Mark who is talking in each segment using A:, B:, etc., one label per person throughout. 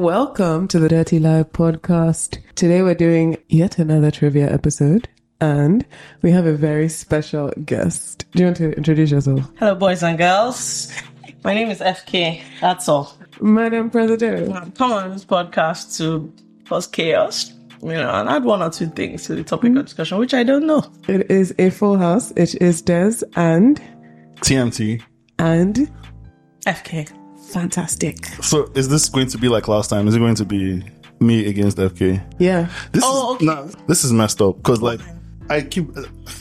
A: welcome to the Dirty Live podcast. Today we're doing yet another trivia episode and we have a very special guest. Do you want to introduce yourself?
B: Hello, boys and girls. My name is FK. That's all.
A: Madam President.
B: I've come on this podcast to cause chaos, you know, and add one or two things to the topic of discussion, which I don't know.
A: It is a full house. It is Des and
C: TMT.
A: and
B: FK.
A: fantastic.
C: So is this going to be like last time? Is it going to be me against FK?
A: Yeah.
C: This
B: Oh,
C: is
B: okay.
C: nah, this is messed up because like I keep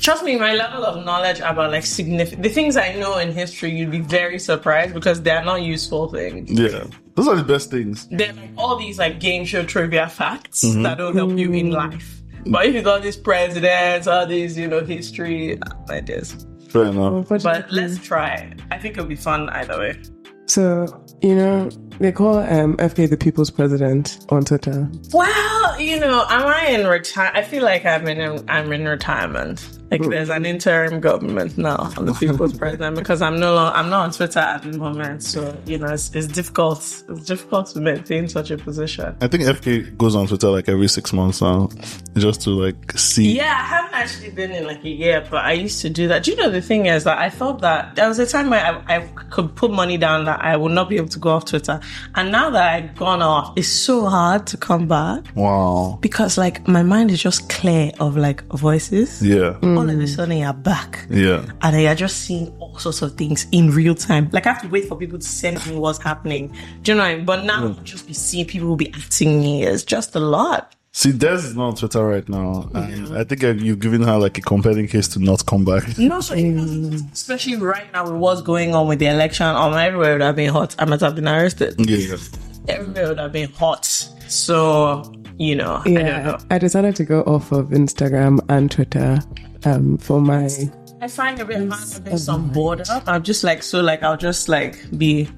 B: Trust me, my level of knowledge about like significant the things I know in history, you'd be very surprised because they are not useful things.
C: yeah. Those are the best things.
B: They're like all these like game show trivia facts that don't help you in life. But if you got these presidents, all these, you know, history, like this.
C: Fair enough.
B: But let's try. I think it'll be fun either way.
A: So, you know, they call um, FK the people's president on Twitter.
B: Well, you know, am I in retire? I feel like I'm in I'm in retirement. Like there's an interim government now. I'm the people's president because I'm no longer I'm not on Twitter at the moment. So you know, it's, it's difficult. It's difficult to maintain such a position.
C: I think FK goes on Twitter like every six months now, just to like see.
B: Yeah, I haven't actually been in like a year, but I used to do that. Do you know the thing is that I thought that there was a time where I, I could put money down that I would not be able to go off Twitter, and now that I've gone off, it's so hard to come back.
C: Wow.
B: because like my mind is just clear of like voices.
C: Yeah.
B: All of a sudden you're back.
C: Yeah.
B: And you're just seeing all sorts of things in real time. Like I have to wait for people to send me what's happening. Do you know what I mean? But now I'll just be seeing people will be acting me. It's just a lot.
C: See, Des is not on Twitter right now, and I think uh, you've given her like a compelling case to not come back.
B: No, so especially right now with what's going on with the election, um, everywhere would have been hot. I might have been arrested.
C: Yeah.
B: Everywhere would have been hot. So, you know, I don't know.
A: I decided to go off of Instagram and Twitter um, for my
B: I find it bit hard to be some bored up. I'm just like so like I'll just like be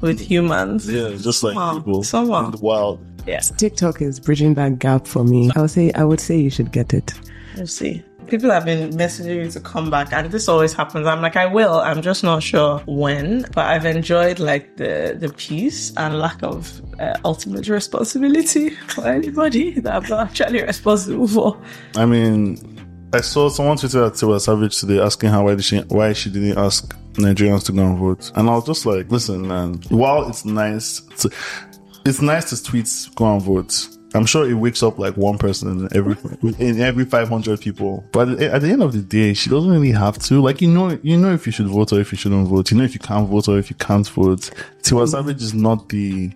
B: with humans.
C: Yeah. Just like
B: Wow.
C: people
B: Someone.
C: in the wild.
B: Yes,
A: TikTok is bridging that gap for me. I would say I would say you should get it.
B: we'll see. People have been messaging me to come back, and this always happens. I'm like, I will. I'm just not sure when, but I've enjoyed like the the peace and lack of uh, ultimate responsibility for anybody that I'm not actually responsible for.
C: I mean, I saw someone tweeted at Tiwa Savage today asking her why did she why she didn't ask Nigerians to go and vote, and I was just like, listen, man. While it's nice, to, it's nice to tweet go and vote. I'm sure it wakes up like one person in every in every 500 people. But at the- at the end of the day, she doesn't really have to. Like you know, you know if you should vote or if you shouldn't vote. You know if you can't vote or if you can't vote. Tiwa Savage is not the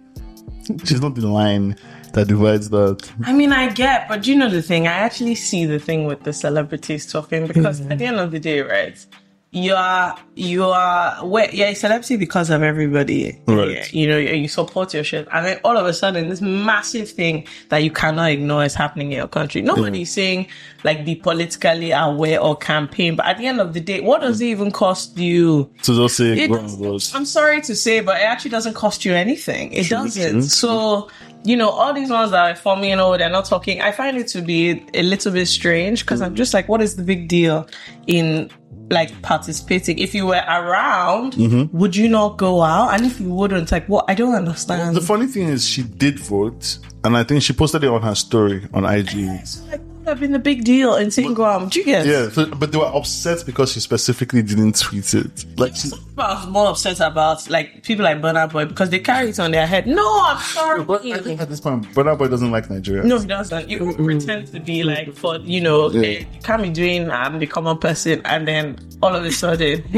C: she's not the line that divides that.
B: I mean, I get, but you know the thing. I actually see the thing with the celebrities talking because at the end of the day, right? You are you are where you're a celebrity because of everybody,
C: Right.
B: Yeah, you know, you you support your shit, and then all of a sudden, this massive thing that you cannot ignore is happening in your country. Nobody's saying like be politically aware or campaign, but at the end of the day, what does it even cost you?
C: So just say
B: It
C: go and
B: does-
C: vote.
B: I'm sorry to say, but it actually doesn't cost you anything. It doesn't. So, you know, all these ones that are forming, you know, they're not talking. I find it to be a little bit strange because I'm just like, what is the big deal in like participating? If you were around,
C: Mm-hmm.
B: would you not go out? And if you wouldn't, like, what? I don't understand.
C: The funny thing is, she did vote, and I think she posted it on her story on IG.
B: So, like, what would have been the big deal in saying go out? Do you get?
C: Yeah, so- but they were upset because she specifically didn't tweet it. Like, she,
B: People are more upset about like people like Burna Boy because they carry it on their head. No, I'm sorry.
C: but I think at this point, Burna Boy doesn't like Nigeria.
B: No, he doesn't. You can't pretend to be like for you know eh, you can't be doing um the common person and then all of a sudden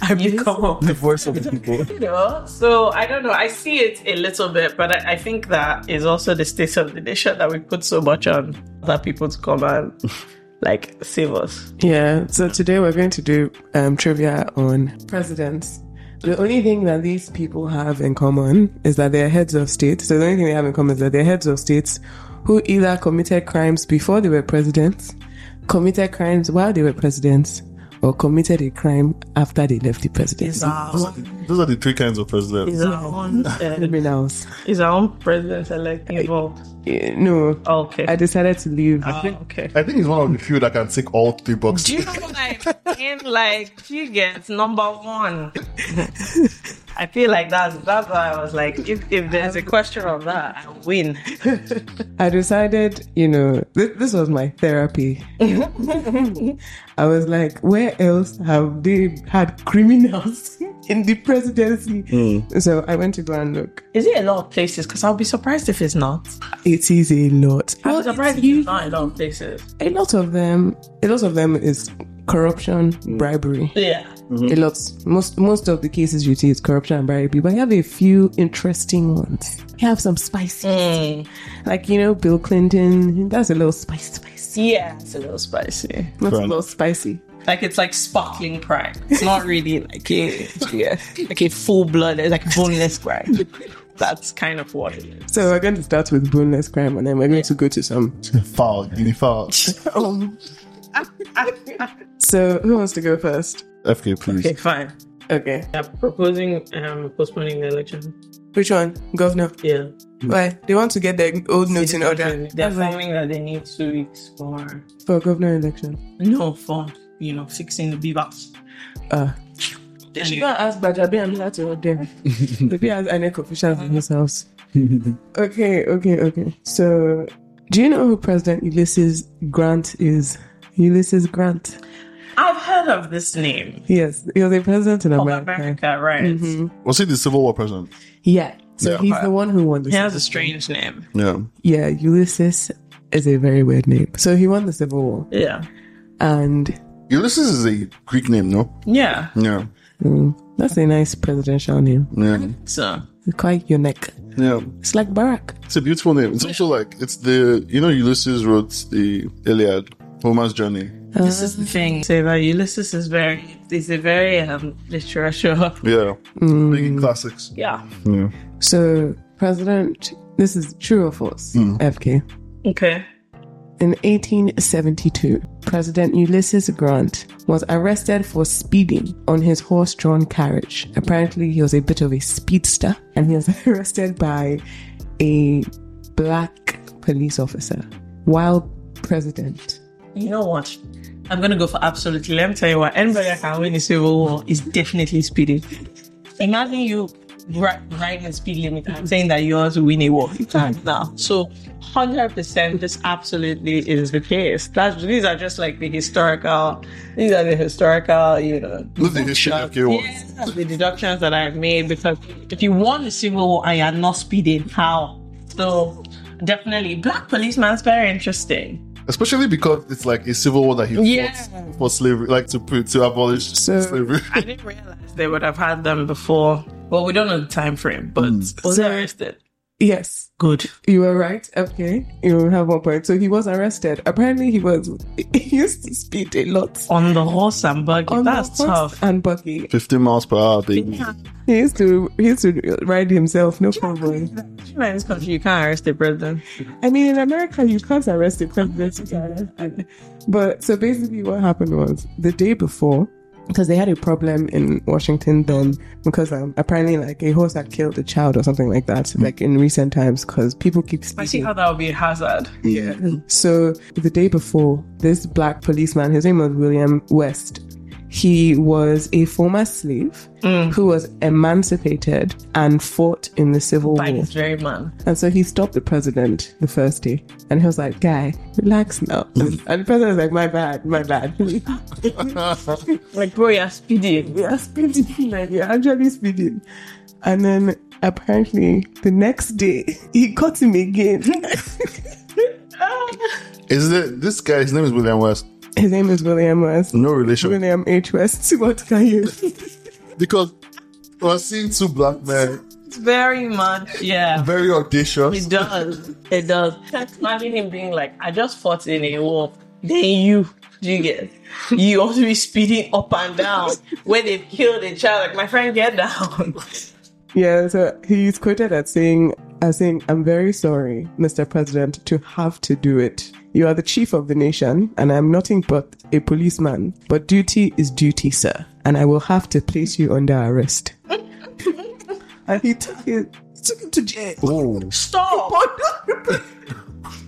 B: I become a-
C: The voice of the people.
B: you know. So I don't know. I see it a little bit, but I, I think that is also the state of the nation that we put so much on other people to come and like save us.
A: Yeah. So today we're going to do um, trivia on presidents. The only thing that these people have in common is that they're heads of states. So the only thing they have in common is that they're heads of states who either committed crimes before they were presidents, committed crimes while they were presidents, or committed a crime after they left the presidency.
C: Those are, the, those are the three kinds of presidents.
B: Is our own uh,
A: Criminals.
B: is our own president elect involved? Oh,
A: Eh, No,
B: Okay.
A: I decided to leave.
B: Ah, okay.
C: I think he's one of the few that can tick all three boxes.
B: Do you know what I mean? Like, she gets number one. I feel like that's that's why I was like, if, if there's a question of that, I win.
A: I decided, you know, th- this was my therapy. I was like, where else have they had criminals in the presidency? So I went to go and look.
B: Is it a lot of places? Because I'll be surprised if it's not.
A: It is a lot.
B: I'm surprised if it's not a lot of places.
A: A lot of them, a lot of them is corruption, bribery.
B: Yeah.
A: A lot. Most most of the cases you see is corruption and bribery, but you have a few interesting ones. You have some spicy,
B: Hmm.
A: like you know Bill Clinton. That's a little spicy, spicy.
B: Yeah, it's a little spicy.
A: That's a
C: Fair
A: little
C: enough.
A: spicy.
B: Like it's like sparkling pride. It's not really like a yeah, like a full blooded, like boneless pride. That's kind of what it is.
A: So we're going to start with boneless crime, and then we're going to go to some.
C: Foul, guinea foul.
A: Um, So who wants to go first?
C: FK, please.
B: Okay, fine.
A: Okay,
D: Yeah, proposing um postponing the election.
A: which one, Governor?
D: Yeah.
A: Why they want to get their old notes in order
B: They're forming that they need two weeks for
A: for governor election?
B: no Uh. for you know fixing the beavers.
A: Ah,
B: They
A: She
B: should-
A: gonna ask Bajabi and Mila to help them. the P has INEC officials in his house. okay, okay, okay. So, do you know who President Ulysses Grant is? Ulysses Grant.
B: I've heard of this name
A: Yes, he was a president in
B: of
A: America.
B: America, right? Mm-hmm.
C: Was he the Civil War president?
A: Yeah. So
C: Yeah.
A: he's the one who won the
B: He
A: Civil
B: has a strange name.
C: Yeah.
A: Yeah, Ulysses is a very weird name. So he won the Civil War.
B: Yeah.
A: And
C: Ulysses is a Greek name, no?
B: Yeah.
C: Yeah.
A: mm, that's a nice presidential name.
C: Yeah.
B: So
A: It's quite unique.
C: Yeah.
A: It's like Barack.
C: It's a beautiful name. It's also like it's the you know Ulysses wrote the Iliad, Homer's journey.
B: this is the thing. Say that Ulysses is very is a very um literature.
C: Yeah.
A: Mm.
C: Making classics.
B: Yeah.
C: Yeah.
A: So, President, this is true or false, FK.
B: Okay.
A: In 1872, President Ulysses Grant was arrested for speeding on his horse drawn carriage. Apparently, he was a bit of a speedster, and he was arrested by a black police officer while president.
B: You know what? I'm gonna go for absolutely. Let me tell you what. Anybody that can win a civil war is definitely speeding. Imagine you ri- riding a speed limit and saying that you want to win a war. You can't now. So, hundred percent, this absolutely is the case. That's these are just like the historical. These are the historical. You know.
C: Look at the history of FK war.
B: Yes, the deductions that I've made because if you want a civil war and you're not speeding, how? So definitely, black policeman's very interesting.
C: Especially because it's like a civil war that he
B: Yeah.
C: fought for slavery, like to put to abolish
A: So-
C: slavery.
B: I didn't realize they would have had them before. Well, we don't know the time frame, but was
A: So-
B: arrested.
A: Yes,
B: Good.
A: You were right. Okay, you have one point. So he was arrested. Apparently, he was he used to speed a lot.
B: On the horse and buggy.
A: On the
B: That's
A: horse
B: tough.
A: And buggy.
C: Fifty miles per hour, baby.
A: He used to he used to ride himself. No problem.
B: You know, in this country, you can't arrest a president.
A: I mean, in America, you can't arrest a president. you can arrest him. But so basically, what happened was the day before, because they had a problem in Washington then, because um, apparently, like a horse had killed a child or something like that, like in recent times, because people keep
B: I see
A: speeding.
B: how that would be a hazard.
A: Yeah. So the day before, this black policeman, his name was William West. He was a former slave who was emancipated and fought in the Civil
B: By
A: War.
B: this very man.
A: And so he stopped the president the first day and he was like, Guy, relax now. And, and the president was like, My bad, my bad.
B: Like, bro, you're speeding.
A: we are speeding, like, we are actually speeding. And then apparently the next day, he caught him again.
C: Is it this guy? His name is William West.
A: His name is William West.
C: No relation.
A: William H. West. What can you?
C: Because we're seeing two black men,
B: It's very much, yeah.
C: very audacious.
B: It does. It does. Imagine him being like, I just fought in a war. Then you, do you get? You also be speeding up and down where they've killed a child. Like my friend, get down.
A: Yeah, so he's quoted as saying, as saying, I'm very sorry, Mr. President, to have to do it. You are the chief of the nation, and I'm nothing but a policeman. But duty is duty, sir, and I will have to place you under arrest. and he took him, took him to jail.
C: Oh,
B: Stop.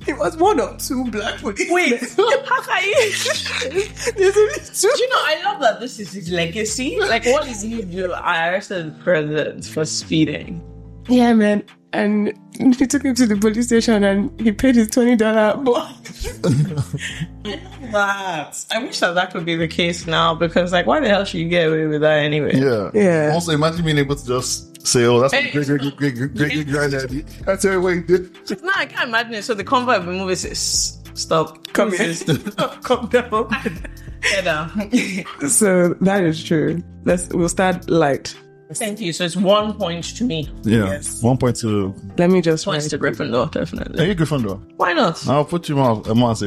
A: he It was one of two black police.
B: Wait, how can you?
A: There's only two.
B: Do you know, I love that this is his legacy. Like, what did he do? I arrested the president for speeding.
A: Yeah, man. And he took him to the police station and he paid his twenty dollar bond.
B: That I wish that that could be the case now because, like, why the hell should you get away with that anyway?
C: Yeah.
A: Yeah.
C: Also, imagine being able to just say, "Oh, that's
B: Hey,
C: great, great, great, great, great, great, great granddaddy." I tell you what he did.
B: No, I can't imagine it. So the convoy of the movie says, "Stop,
A: Come
B: here,
A: Come down.
B: get down."
A: so that is true. Let's we'll start light.
B: Thank you. So it's one point to me.
C: Yeah.
A: Yes.
C: One point two.
A: Let me just
B: Points to
A: write.
B: Gryffindor, definitely.
C: Are you Gryffindor?
B: Why not?
C: I'll put you more. I'm as a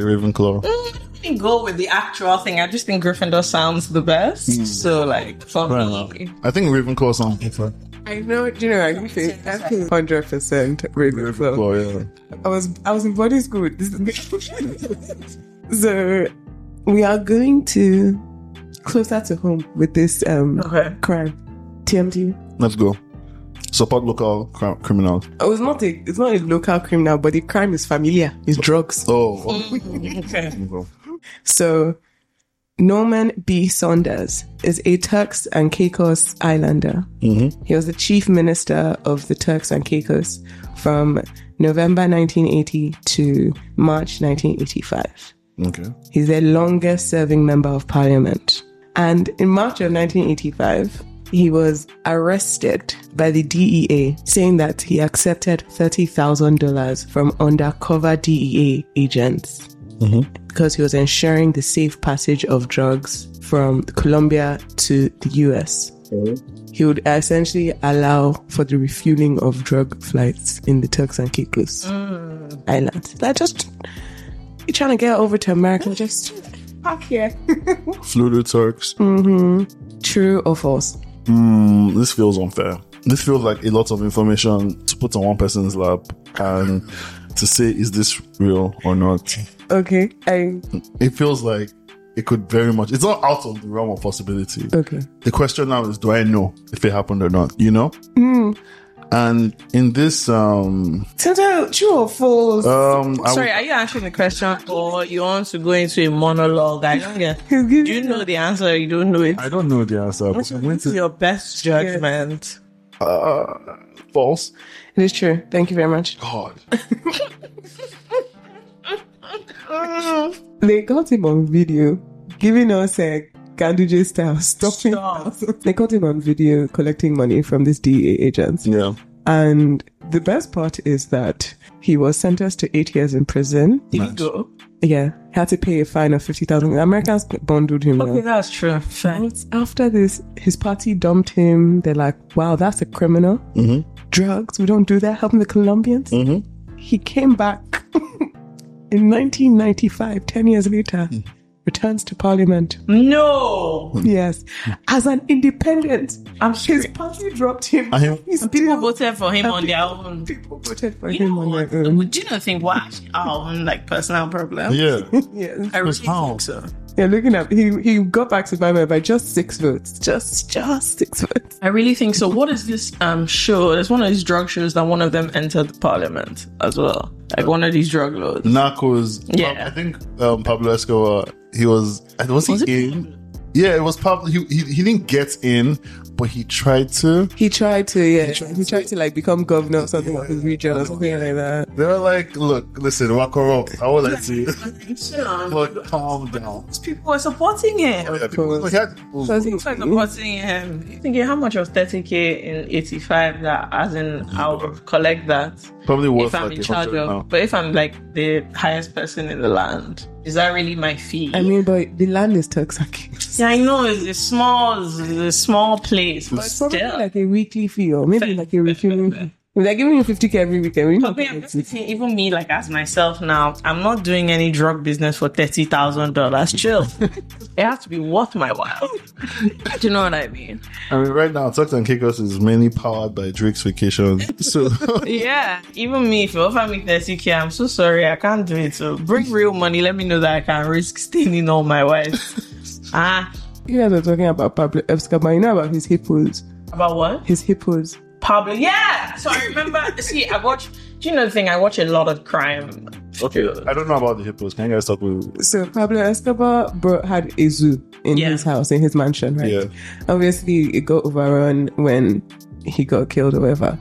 B: Mm,
C: Ravenclaw.
B: I don't even go with the actual thing. I just think Gryffindor sounds the best. So like for
C: Hmm. Fair enough.
B: me,
C: I think Ravenclaw sounds better.
A: I know. Do you know? I think I think hundred percent Ravenclaw.
C: Ravenclaw, yeah.
A: I was I was in boarding school. This is- so we are going to closer to home with this um
B: okay.
A: crime. TMT.
C: Let's go. Support local cr- criminals.
A: Oh, it's not a it's not a local criminal, but the crime is familiar. It's drugs.
C: Oh.
B: Okay.
A: So Norman B. Saunders is a Turks and Caicos Islander.
C: Mm-hmm.
A: He was the chief minister of the Turks and Caicos from November 1980 to March 1985.
C: Okay.
A: He's the longest serving member of parliament. And in March of 1985, he was arrested by the DEA, saying that he accepted $30,000 from undercover DEA agents because he was ensuring the safe passage of drugs from Colombia to the US. He would essentially allow for the refueling of drug flights in the Turks and Caicos Islands. That just you trying to get over to America, just
B: Fuck yeah.
C: Flew to Turks.
A: true or false?
C: Mm, this feels unfair. This feels like a lot of information to put on one person's lap and to say, is this real or not?
A: Okay. I
C: It feels like it could very much, it's not out of the realm of possibility.
A: okay.
C: The question now is, do I know if it happened or not? You know? And in this, um,
A: Sometimes true or false.
C: um, I
B: Sorry, are you answering the question or you want to go into a monologue? I don't get.
A: He's
B: Do
A: giving
B: you know the answer? or You don't know it.
C: I don't know the answer. But I'm going
B: What's
C: to
B: your best judgment?
C: uh, false.
A: It is true. Thank you very much.
C: God.
A: They got him on video giving us a Ganduje style stopping.
B: Stop.
A: They got him on video collecting money from these DEA agents.
C: Yeah.
A: And the best part is that he was sentenced to eight years in prison.
B: Did you go?
A: Yeah. Had to pay a fine of fifty thousand. Americans bundled him
B: Okay,
A: up.
B: that's true. Fair.
A: But after this, his party dumped him. They're like, wow, that's a criminal.
C: Mm-hmm.
A: Drugs, we don't do that. Helping the Colombians.
C: Mm-hmm.
A: He came back in 1995, 10 years later,
C: Mm.
A: returns to parliament.
B: No,
A: Yes,
C: Mm.
A: as an independent.
B: I'm
A: His
B: sure
A: party dropped him.
C: I am-
A: He's
B: people
A: people,
B: voted for him on their own.
A: people voted for
B: You
A: him
B: know
A: on
B: what?
A: their own.
B: Do you not think we're actually our own like personal problem?
C: Yeah.
A: Yes.
B: I really
C: Because how?
B: think so.
A: Yeah, looking up, he, he got back to Bama by just six votes. Just, just six votes.
B: I really think so. What is this um show? It's one of these drug shows that one of them entered the parliament as well. Like one of these drug lords.
C: Narcos.
B: Yeah.
C: I think um, Pablo Escobar. He was. Was,
B: Was it
C: he in? Yeah, it was Pablo. He, he he didn't get in, but he tried to.
A: He tried to, yeah, he tried, to like become governor or something of his region or something like that.
C: They were like, "Look, listen, we're corrupt. I would like to.
B: Those
C: Look, calm down."
B: people were supporting him.
C: Yeah, because he had-
A: So
B: People were supporting him. You Thinking how much was 30k in 85 that as in I'll collect that
C: probably
B: if
C: worth
B: I'm
C: like
B: in
C: a
B: charge
C: hundred
B: of
C: now.
B: but if I'm like the highest person in the land, is that really my fee?
A: I mean, but the land is Turks and Caicos.
B: yeah, I know it's a small it's a small place, but
A: It's probably
B: still
A: like a weekly fee or maybe like a refueling fee. If they're giving you 50k every weekend, we're not
B: But I'm
A: getting
B: just saying, even me, like as myself now, I'm not doing any drug business for thirty thousand dollars. Chill. it has to be worth my while. Do you know what I mean?
C: I mean, right now, Tux and Kikos is mainly powered by Drake's vacation. So
B: Yeah. Even me, if you offer me thirty k, I'm so sorry, I can't do it. So bring real money. Let me know that I can risk stealing all my wives. ah,
A: You guys are talking about Pablo Escobar. You know about his hippos.
B: about what?
A: His hippos.
B: Pablo. Yeah. So I remember. see, I watched. Do you know the thing? I watch a lot of crime.
C: Okay, I don't know about the hippos. Can you guys talk with?
A: So Pablo Escobar bro, had a zoo in
B: Yeah.
A: his house, in his mansion, right?
C: Yeah,
A: Obviously, it got overrun when he got killed or whatever.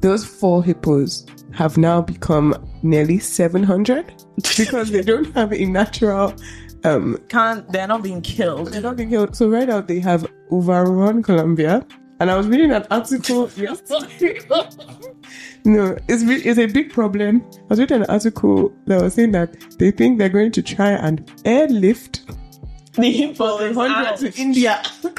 A: Those four hippos have now become nearly 700 because they don't have a natural. Um,
B: Can't they're not being killed.
A: they're not being killed. So right now they have overrun Colombia. And I was reading an article yesterday. No, it's re- it's a big problem. I was reading an article that was saying that they think they're going to try and airlift
B: The hippos is out.
A: hundreds to India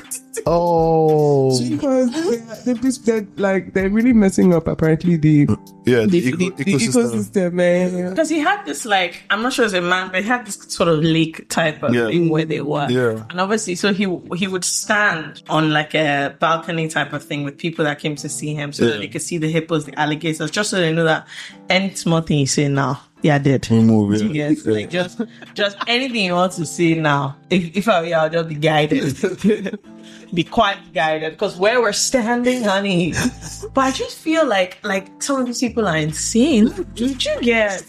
C: Oh,
A: because they're, they're, just- they're, like they're really messing up apparently the
C: yeah. The,
A: the,
C: eco-
A: the- the
C: ecosystem.
A: ecosystem. eh? man.
B: Because he had this like I'm not sure it's a man, but he had this sort of lake type of
C: Yeah.
B: thing where they were.
C: Yeah.
B: And obviously, so he he would stand on like a balcony type of thing with people that came to see him, so
C: Yeah.
B: that they could see the hippos, the alligators, just so they know that any small thing you say now, yeah, dead.
C: Remove, yeah.
B: Yes, like just just anything you want to see now. If if I were you, I'll just be guided. be quite guided. Because where we're standing, honey. But I just feel like like some of these people are insane. Did you get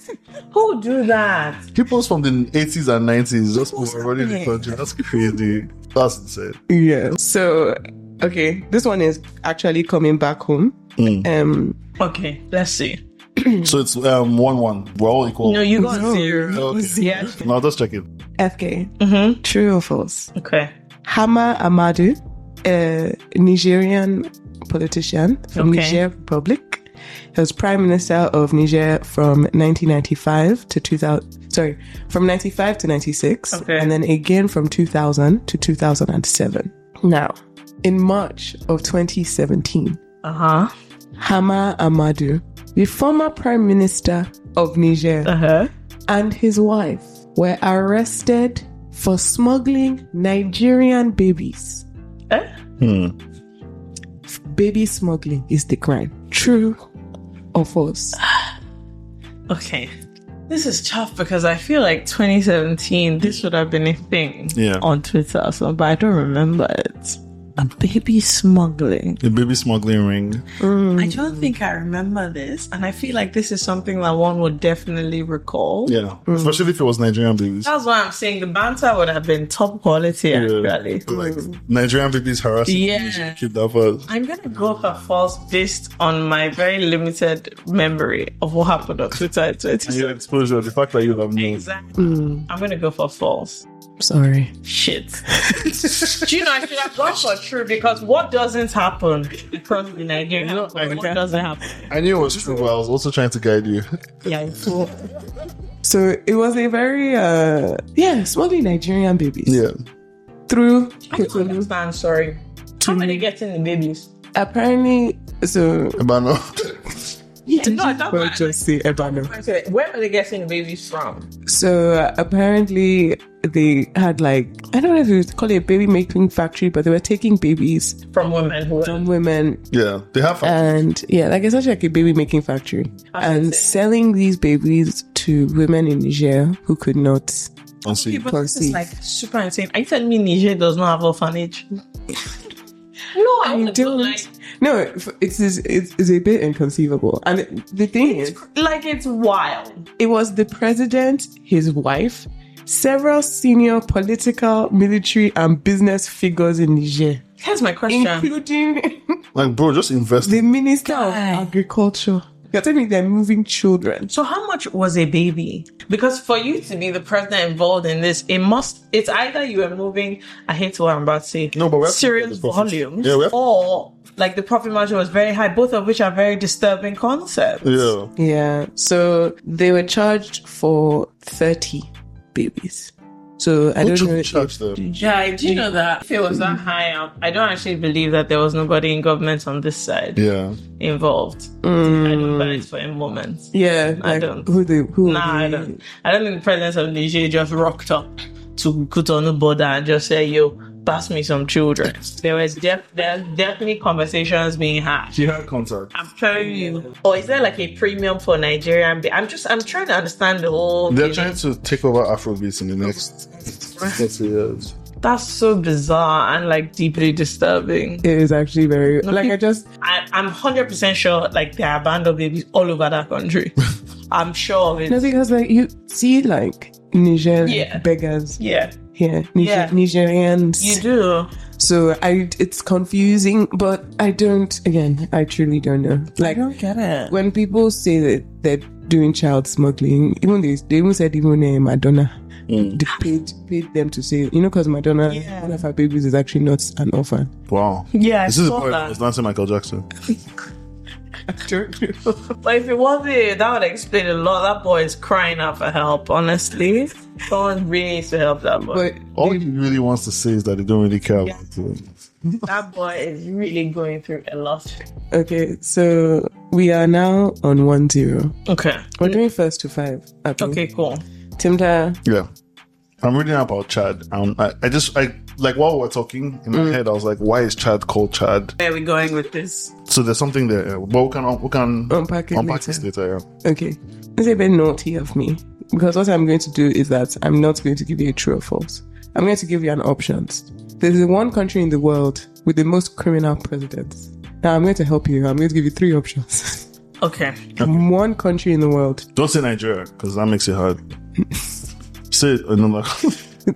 B: who would do that?
C: Hippos from the 80s and 90s just overrunning the
B: happening?
C: country. That's crazy. That's insane.
A: Yeah. So okay, this one is actually coming back home. Um,
B: Okay, let's see.
C: So it's um one one. We're all equal.
B: Mm. No, you got
A: No.
B: zero.
C: okay.
B: Yeah.
C: No, just check it.
A: FK,
B: Mm-hmm.
A: true or false?
B: Okay.
A: Hama Amadu, a Nigerian politician from
B: Okay.
A: Niger Republic. He was prime minister of Niger from 1995 to 2000. Sorry, from 95 to 96,
B: Okay.
A: and then again from 2000 to 2007. Now, in March of 2017,
B: Uh-huh.
A: Hama Amadu, the former prime minister of Niger,
B: Uh-huh.
A: and his wife were arrested for smuggling Nigerian babies.
B: Eh?
A: Baby smuggling is the crime. True or false?
B: Okay. This is tough because I feel like 2017, this would have been a thing
C: Yeah.
B: on Twitter or something, but I don't remember it. A baby smuggling.
C: The baby smuggling ring.
B: I don't think I remember this, and I feel like this is something that one would definitely recall.
C: Yeah. Especially if it was Nigerian babies.
B: That's why I'm saying the banter would have been top quality, actually.
C: Like Nigerian babies harassing.
B: Yeah.
C: Yeah. Keep that first.
B: I'm gonna go for false based on my very limited memory of what happened on Twitter in 2017.
C: Your exposure, the fact that you have no.
B: Exactly. I'm gonna go for false.
A: Sorry.
B: Shit. Do you know I should have gone for true because what doesn't happen across the Nigerian what doesn't happen.
C: I knew it was true, but I was also trying to guide you.
B: Yeah, so
A: So it was a very, uh, yeah, smuggling Nigerian babies
C: Yeah.
A: through
B: I don't understand, sorry. How are they getting the babies?
A: apparently. So
C: Ebano.
B: Yeah, no, I don't
A: we'll just say Ebano.
B: Where are they getting the babies from?
A: So uh, apparently they had like I don't know if you would call it a baby making factory, but they were taking babies
B: From women who
A: from women
C: yeah. They have.
B: Uh,
A: and yeah, like it's actually like a baby making factory and selling these babies to women in Niger who could not.
C: I'll see.
B: But
A: Can't
B: this
A: see.
B: is like super insane. Are you telling me Niger does not have orphanage? no, I
A: You
B: wouldn't go
A: don't. No, f- it's it's, it's a bit inconceivable. And the thing is,
B: Like, like it's wild.
A: it was the president, his wife, several senior political, military, and business figures in Niger,
B: Here's my question.
A: including
C: Like, bro, just invest.
A: the minister of
B: Guy.
A: agriculture. You're telling me they're moving children.
B: So how much was a baby? Because for you to be the president involved in this, it must it's either you are moving I hate what I'm about to say.
C: No, but we have to
B: serious
C: get the profit.
B: volumes
C: Yeah, we have to-
B: or like the profit margin was very high, both of which are very disturbing concepts.
C: Yeah.
A: Yeah. So they were charged for 30 babies. So I
C: Who
A: don't know.
C: should
A: if-
C: charge them?
B: Yeah, I do know that if it was that high up, I don't actually believe that there was nobody in government on this side
C: Yeah.
B: involved. I don't buy it for a moment.
A: Yeah. Like
B: don't.
A: Who they, who
B: Nah, I
A: they-
B: don't. I don't think the president of Niger just rocked up to put on the border and just say, "Yo, pass me some children." There was def- there's definitely conversations being had.
C: She had contact.
B: I'm telling you. Or is there like a premium for Nigerian? Ba- I'm just I'm trying to understand the whole.
C: They're
B: thing.
C: trying to take over Afrobeats in the next 30 years.
B: That's so bizarre and like deeply disturbing.
A: It is actually very like I just
B: I, I'm 100% sure like there are bando babies all over that country. I'm sure of it.
A: no because like you see like Niger
B: Yeah.
A: beggars
B: Yeah,
A: here Niger,
B: Yeah.
A: Nigerians
B: you do.
A: so I it's confusing but I don't again I truly don't know like
B: get it.
A: when people say that they're doing child smuggling, even they, they even said even uh, Madonna, they paid paid them to say, you know, because Madonna,
B: Yeah.
A: one of her babies is actually not an orphan.
C: Wow.
B: Yeah, I
C: This is
B: saw
C: important.
B: that.
C: It's not Michael Jackson.
B: But if it was it, that would explain a lot. That boy is crying out for help, honestly. Someone really needs to help that boy.
A: But
C: All he really wants to say is that they don't really care about it.
B: that boy is really going through a lot.
A: okay, so we are now on one zero.
B: Okay.
A: We're doing first to five. Abby.
B: Okay, cool.
A: Timta,
C: Yeah. I'm reading about Chad. Um, I, I just, I like while we're talking in my
B: Mm.
C: head, I was like, why is Chad called Chad?
B: Where are we going with this?
C: So there's something there. yeah. But we can, we can
A: Unpack it later.
C: this later. yeah.
A: okay, it's a bit naughty of me because what I'm going to do is that I'm not going to give you a true or false. I'm going to give you an options. There's the one country in the world with the most criminal presidents. Now I'm going to help you. I'm going to give you three options.
B: Okay.
A: one country in the world
C: Don't say Nigeria because that makes it hard. say another.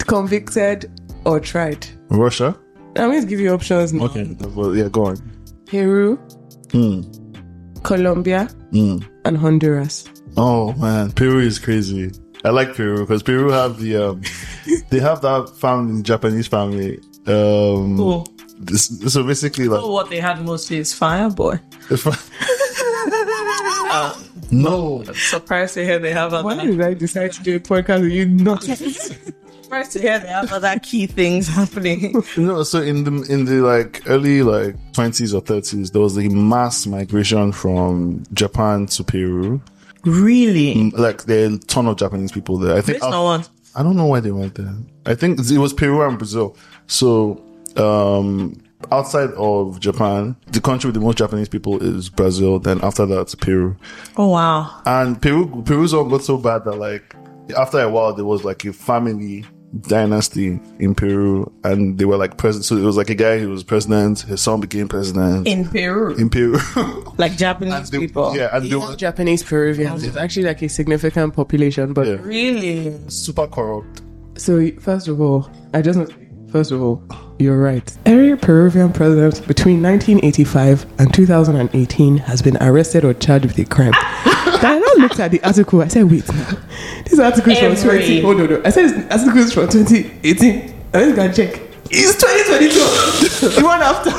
A: convicted or tried.
C: Russia?
A: I'm going to give you options now.
C: But yeah, go on.
A: Peru,
C: Hmm.
A: Colombia, and Honduras.
C: Oh man, Peru is crazy. I like Peru because Peru have the um, they have that family Japanese family. Um,
B: Cool.
C: this, so basically, like
B: So what they had mostly is Fireboy.
C: if I- no,
B: Oh, Surprised to hear they have
A: Why
B: other.
A: did I decide to do a podcast with you not?
B: Surprised to hear they have other key things happening.
C: no. So in the in the like early like twenties or thirties, there was a mass migration from Japan to Peru.
B: really?
C: Like there are a ton of Japanese people there. I think
B: It's no one.
C: I don't know why they went there. I think it was Peru and Brazil. So, um, outside of Japan, the country with the most Japanese people is Brazil. Then after that, it's Peru.
B: Oh wow.
C: And Peru, Peru's all got so bad that like after a while, there was like a family dynasty in Peru, and they were like president. So it was like a guy who was president. His son became president in,
B: In Peru.
C: Peru.
B: like Japanese
C: They-
B: people.
C: yeah, and they were
A: Japanese Peruvians. It's actually like a significant population, but
C: Yeah.
B: Really?
C: super corrupt.
A: so first of all, I just first of all, you're right. Every Peruvian president between 1985 and 2018 has been arrested or charged with a crime. I now looked at the article. I said, "Wait, now. this article is from 20.
B: Every-
A: Hold on, no. I said this article is from 2018. I went to go and check. It's 2022. the one after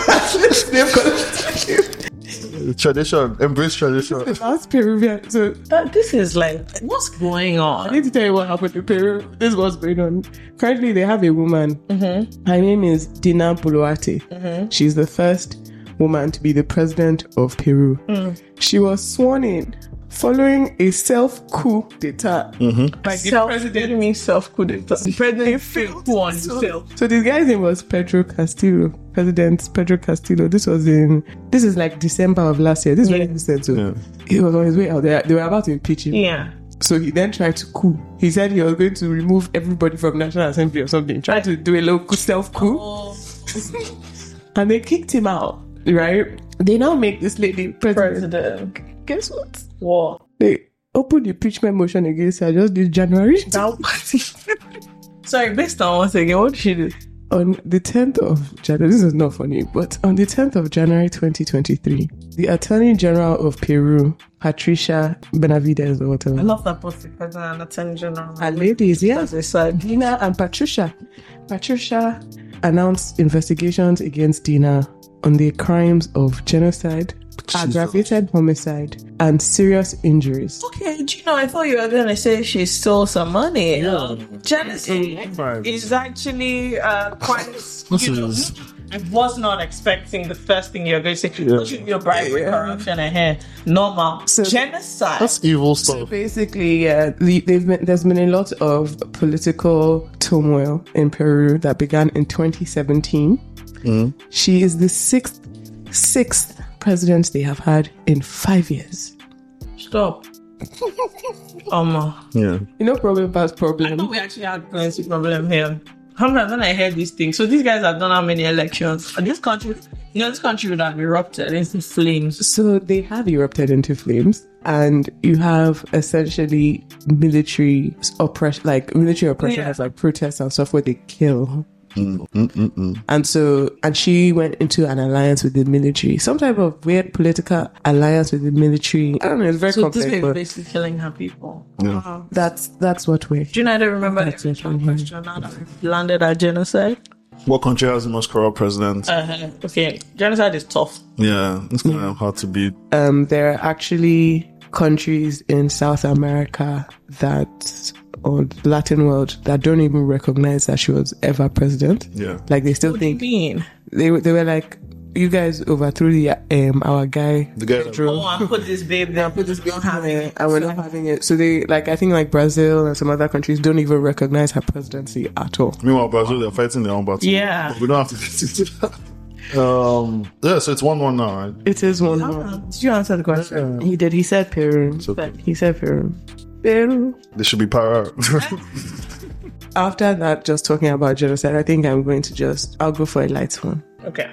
A: they've got
C: Tradition, embrace tradition.
A: the last Peruvian. So
B: That, Uh, this is like what's going
A: I
B: on?
A: need to tell you what happened in Peru. This is what's going on. Currently, they have a woman.
B: Mm-hmm.
A: Her name is Dina Boluarte. She's the first woman to be the president of Peru.
B: Mm.
A: She was sworn in following a self coup d'etat by the
B: Self-
A: president.
B: me self coup d'etat. The president failed coup on himself.
A: So this guy's name was Pedro Castillo, President Pedro Castillo. This was in this is like December of last year. This is very recent. So he was on his way out. They, they were about to impeach him.
B: Yeah.
A: So he then tried to coup. He said he was going to remove everybody from National Assembly or something, tried to do a local self coup,
B: Oh,
A: and they kicked him out. Right? They now make this lady president.
B: president.
A: Guess what?
B: War.
A: They opened the impeachment motion against her just this January
B: Sorry, based on once again, what did she do?
A: on the 10th of January. This is not funny, but on the 10th of January 2023, the Attorney General of Peru, Patricia Benavides or
B: I
A: whatever.
B: love that both the president and attorney general.
A: Her ladies, yeah.
B: As I said,
A: Dina and Patricia. Patricia announced investigations against Dina on the crimes of genocide, aggravated homicide, and serious injuries.
B: okay, do you know? I thought you were going to say she stole some money. Um, Jealousy is actually uh, quite. you know,
C: is-
B: I was not expecting the first thing you're going to say. What should be a bribery, corruption, and here? Normal.
A: So-
B: Genocide.
C: That's evil stuff.
A: Basically, yeah, the- they've been, there's been a lot of political turmoil in Peru that began in 2017. She is the sixth sixth president they have had in five years.
B: Stop. Oh, um,
C: Yeah.
A: You know, problem past
B: I know
A: problem.
B: we actually had currency problem here. Sometimes when I hear these things, so these guys have done how many elections? This country, you know, this country would have erupted into flames.
A: So they have erupted into flames, and you have essentially military oppression, like military oppression
B: Yeah.
A: has like protests and stuff where they kill. people. And so, and she went into an alliance with the military, some type of weird political alliance with the military. I don't know, it's very
B: So this
A: complex,
B: baby
A: but
B: basically killing her people. Wow.
A: that's that's what we're.
B: Do you know? I don't remember
A: That's
B: the
A: it,
B: original
A: mhm.
B: question. Now that we've landed at genocide.
C: What country has the most corrupt president?
B: Uh, okay, genocide is tough.
C: yeah, it's kind of hard to beat.
A: Um, there are actually countries in South America that or the Latin world that don't even recognize that she was ever president.
C: Yeah.
A: Like they still
B: What do you
A: think
B: mean?
A: they were- they were like, "You guys overthrew the um our guy."
C: The guy that
B: Oh, I put this babe there. I put this babe
A: And we're not having it. So they like I think like Brazil and some other countries don't even recognize her presidency at all.
C: Meanwhile, Brazil, they're fighting their own battle.
B: Yeah.
C: But we don't have to get into Um, yeah, so it's 1 1 now, right?
A: It is one. more.
B: Did you answer the question?
A: He did. He said Peru.
C: okay.
A: He said Peru. Peru.
C: They should be power out.
A: After that, just talking about genocide, I think I'm going to just I'll go for a light one.
B: Okay,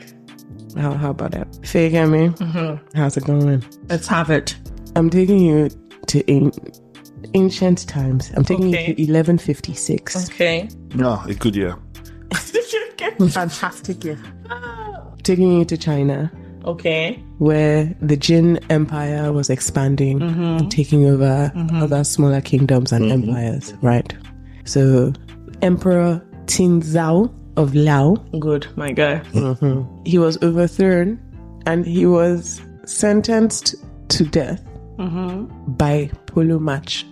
A: How, how about that? Fake me. How's it going?
B: let's have it.
A: I'm taking you to an- ancient times. I'm taking
B: Okay.
A: you to 1156.
B: Okay.
C: yeah, a good year.
A: Fantastic, yeah. Taking you to China,
B: okay.
A: where the Jin Empire was expanding, and taking over other smaller kingdoms and
C: Mm-hmm.
A: empires, right? So, Emperor Qin Zhao of Lao,
B: Good, my guy.
A: he was overthrown and he was sentenced to death by polo match.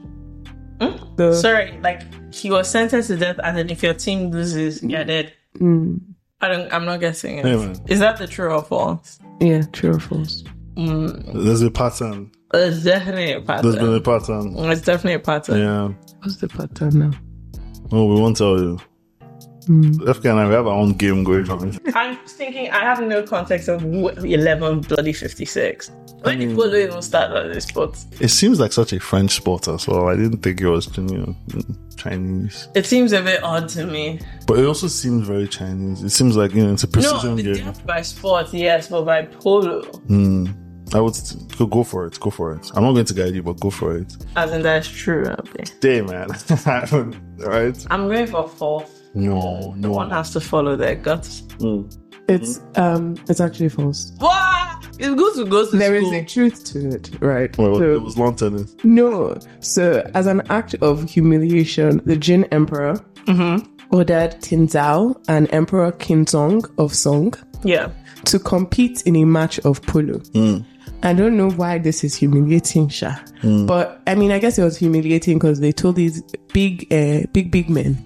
A: The-
B: Sorry, like he was sentenced to death, and then if your team loses, you're dead. Mm. I don't. I'm not guessing it.
C: Hey, man.
B: Is that the true or false?
A: Yeah, true or false?
C: There's a pattern.
B: It's definitely a
C: There's been
B: pattern.
C: a pattern.
B: It's definitely a pattern.
C: Yeah.
A: What's the pattern now?
C: Oh, we won't tell you.
B: Hmm.
C: FK and I, we have our own game going on.
B: I'm thinking I have no context of wh- 11 bloody 56. When did Polo even start at this sport?
C: It seems like such a French sport as well. I didn't think it was you know, Chinese.
B: It seems a bit odd to me.
C: But it also seems very Chinese. It seems like, you know, it's a precision
B: No, the
C: game.
B: death by sport, yes, but by polo,
C: I would st- go, go for it. Go for it. I'm not going to guide you, but go for it.
B: as in that's true. Okay.
C: Day, man. All right.
B: I'm going for four.
C: No, no.
B: One has to follow their guts.
A: It's um, it's actually false.
B: What? It's good to go to
A: There is
B: school.
A: a truth to it, right?
C: Well,
A: So-
C: it was lawn tennis.
A: no. So, as an act of humiliation, the Jin Emperor ordered Tin Zhao and Emperor Qin Zong of Song
B: yeah.
A: to compete in a match of polo. I don't know why this is humiliating, Sha. But I mean, I guess it was humiliating because they told these big, uh, big, big men,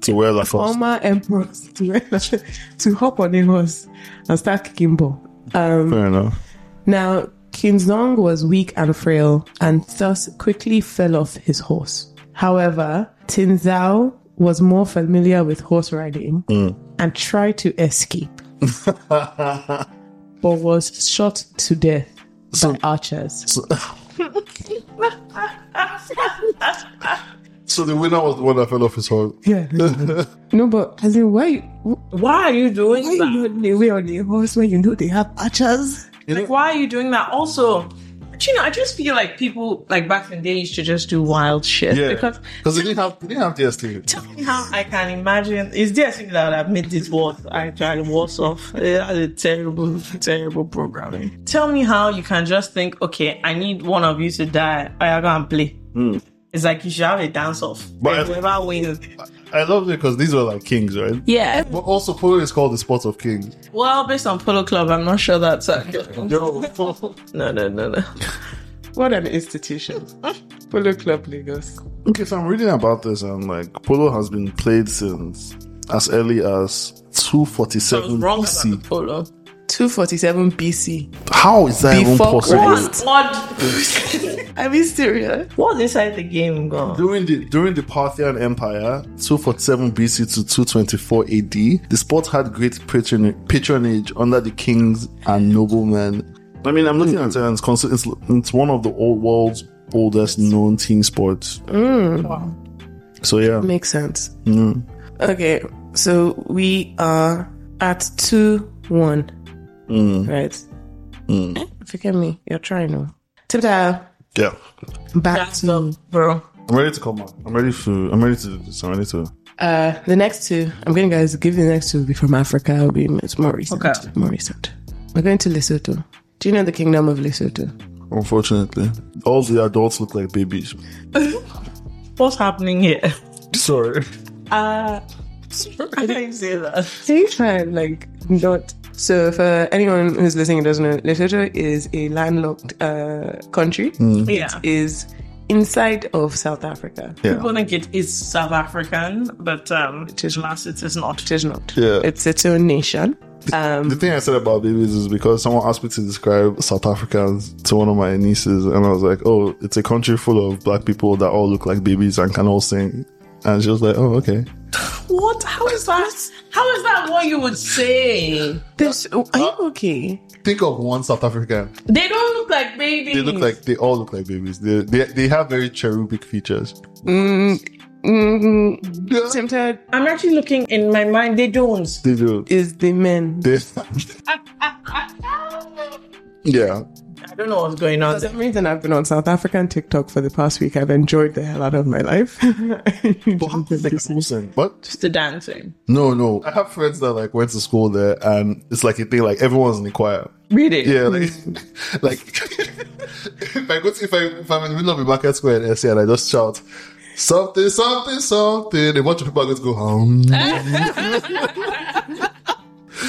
C: To wear Lacoste.
A: former emperors, to, to hop on a horse and start kicking ball. Um,
C: Fair enough.
A: Now, Kinzong was weak and frail and thus quickly fell off his horse. However, Tin Zhao was more familiar with horse riding and tried to escape, but was shot to death by archers.
C: So, so the winner was the one that fell off his horse.
A: Yeah. no, but as in, why, why
B: Why are you doing
A: you
B: that?
A: on the way on a horse when you know they have archers?
B: Like, why are you doing that? Also, do you know, I just feel like people, like back in the day, used to just do wild shit.
C: Yeah.
B: Because
C: Because they didn't have they didn't have the estate.
B: Tell me how I can imagine. Is there something that would have made this worse? I tried worse off. It had a terrible, terrible programming. Tell me how you can just think, okay, I need one of you to die. I go and play. It's like you should have a dance off.
C: But-
B: Whoever wins.
C: I love it because these were like kings, right?
B: Yeah.
C: But also polo is called the sport of kings.
B: Well, based on Polo Club, I'm not sure that's accurate.
C: Yo.
B: No, no, no, no.
A: What an institution. Polo Club Lagos.
C: okay, so I'm reading about this and like polo has been played since as early as two
B: I
C: forty
B: was
C: seven
B: wrong about the
C: BC.
B: polo.
A: 247 BC.
C: How is that even
A: Before
C: possible?
A: Christ.
B: What? What?
A: Are we serious?
B: What's inside the game, gone?
C: During the during the Parthian Empire, 247 BC to 224 AD, the sport had great patron- patronage under the kings and noblemen. I mean, I'm looking at it and it's, consi- it's, it's one of the old world's oldest known team sports. So yeah,
A: Makes sense. Okay, So we are at 2 1. Right? Look at me. You're trying now. Tiptoe.
C: Yeah.
A: Back
B: That's
A: to
B: up, bro.
C: I'm ready to come out. I'm ready to. I'm ready to do this. I'm ready to.
A: uh, the next two. I'm going to guys give you the next two will be from Africa. It'll be it's more recent.
B: Okay.
A: More recent. We're going to Lesotho. Do you know the kingdom of Lesotho?
C: Unfortunately, all the adults look like babies.
B: What's happening here?
C: Sorry.
B: Uh, I didn't say that.
A: See, fine, like not. So, for anyone who's listening and doesn't know, Lesotho is a landlocked uh, country.
B: Yeah.
A: Is inside of South Africa.
B: People think it is South African, but um, it is not. It is not.
A: It is not.
C: Yeah.
A: It's its own nation.
C: The thing I said about babies is because someone asked me to describe South Africans to one of my nieces, and I was like, "Oh, it's a country full of black people that all look like babies and can all sing." And she was like, "Oh, okay."
B: What? How is that? How is that what you would say?
A: This, oh, are you okay?
C: Think of one South African.
B: They don't look like babies.
C: They look like they all look like babies. They they, they have very cherubic features.
A: Mm,
C: Yeah,
A: Simtad
B: I'm actually looking in my mind. They don't.
C: they do.
A: is the man.
C: They, yeah,
B: I don't know what's going on
A: For
B: there.
A: some reason, I've been on South African TikTok for the past week. I've enjoyed the hell out of my life.
C: What?
B: Just the dancing.
C: No, no. I have friends that like went to school there, and it's like a thing. Like everyone's in the choir.
B: Really?
C: Yeah, like, like if I go to, if I if I'm in the middle of a market square in SA and I just shout something, something, something, a bunch of people are going to go home,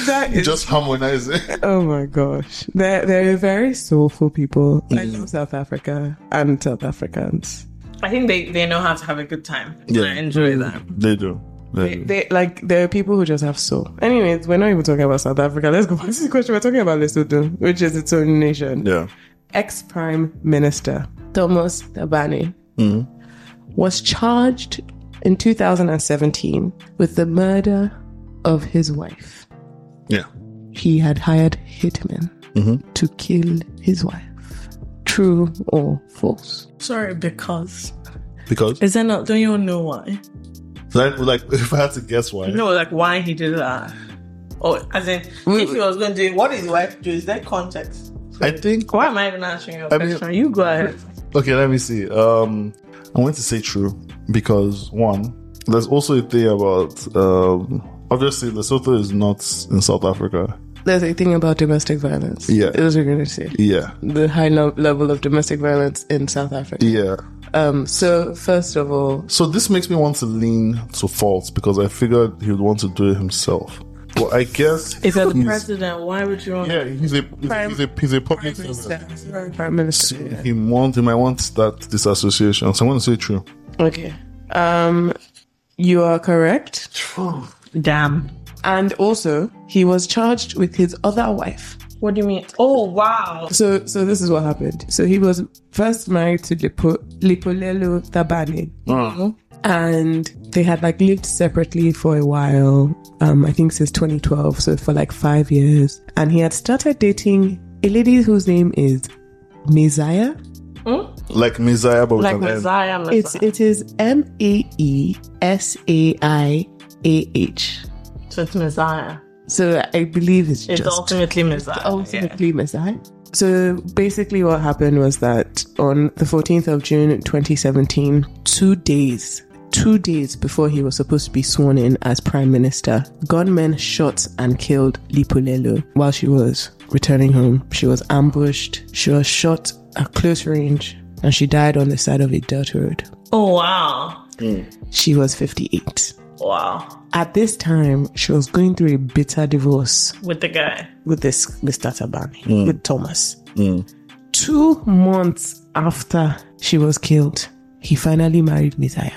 A: that is
C: just harmonizing.
A: Oh my gosh. They're, they're very soulful people. I
C: Mm.
A: love South Africa and South Africans.
B: I think they, they know how to have a good time.
C: Yeah.
B: I enjoy that.
C: They do. They do.
A: They like there are people who just have soul. Anyways, we're not even talking about South Africa. Let's go back to the question. We're talking about Lesotho, which is its own nation.
C: Yeah.
A: Ex Prime Minister Thomas Tabane was charged in 2017 with the murder of his wife.
C: Yeah.
A: He had hired hitmen to kill his wife. True or false?
B: Sorry, because
C: Because
B: is that not? Don't you know why?
C: then, like, if I had to guess why,
B: No, like why he did that. Or as in, if he was going to do it, what his wife do? Is there context?
C: I think.
B: Why am I even answering your
C: I mean-
B: question? you go ahead.
C: Okay, let me see. Um, I want to say true because one, there's also a thing about um, obviously Lesotho is not in South Africa.
A: there's a thing about domestic violence.
C: Yeah.
A: It was going to say
C: Yeah.
A: the high lo- level of domestic violence in South Africa.
C: Yeah.
A: Um, so first of all,
C: So this makes me want to lean to false because I figured he would want to do it himself. But I guess
B: If you're the
C: he's-
B: president, why would you want?
C: Yeah, he's a he's, a- he's a he's a public servant.
A: prime minister.
C: He want he might want that disassociation. So I want to say true.
A: Okay. Um, you are correct.
B: Damn.
A: And also, he was charged with his other wife.
B: What do you mean? Oh wow.
A: So, so this is what happened. So he was first married to Lipo, Lipolelo Tabane, and they had like lived separately for a while. Um, I think since 2012, so for like five years. And he had started dating a lady whose name is Messiah.
C: Like Messiah, but with
B: Like
C: an N.
B: Messiah,
A: It's
B: Messiah.
A: it is M A E S A I A H.
B: so it's Messiah.
A: So I believe it's,
B: It's
A: just
B: ultimately Messiah.
A: ultimately Messiah. So basically, what happened was that on the 14th of June 2017, two days, two days before he was supposed to be sworn in as Prime Minister, gunmen shot and killed Lipolelo while she was returning home. She was ambushed, she was shot at close range, and she died on the side of a dirt road.
B: Oh wow.
A: She was 58.
B: Wow.
A: At this time, she was going through a bitter divorce
B: With the guy.
A: with this Mr. Tabani, with Thomas. Two months after she was killed, he finally married Messiah.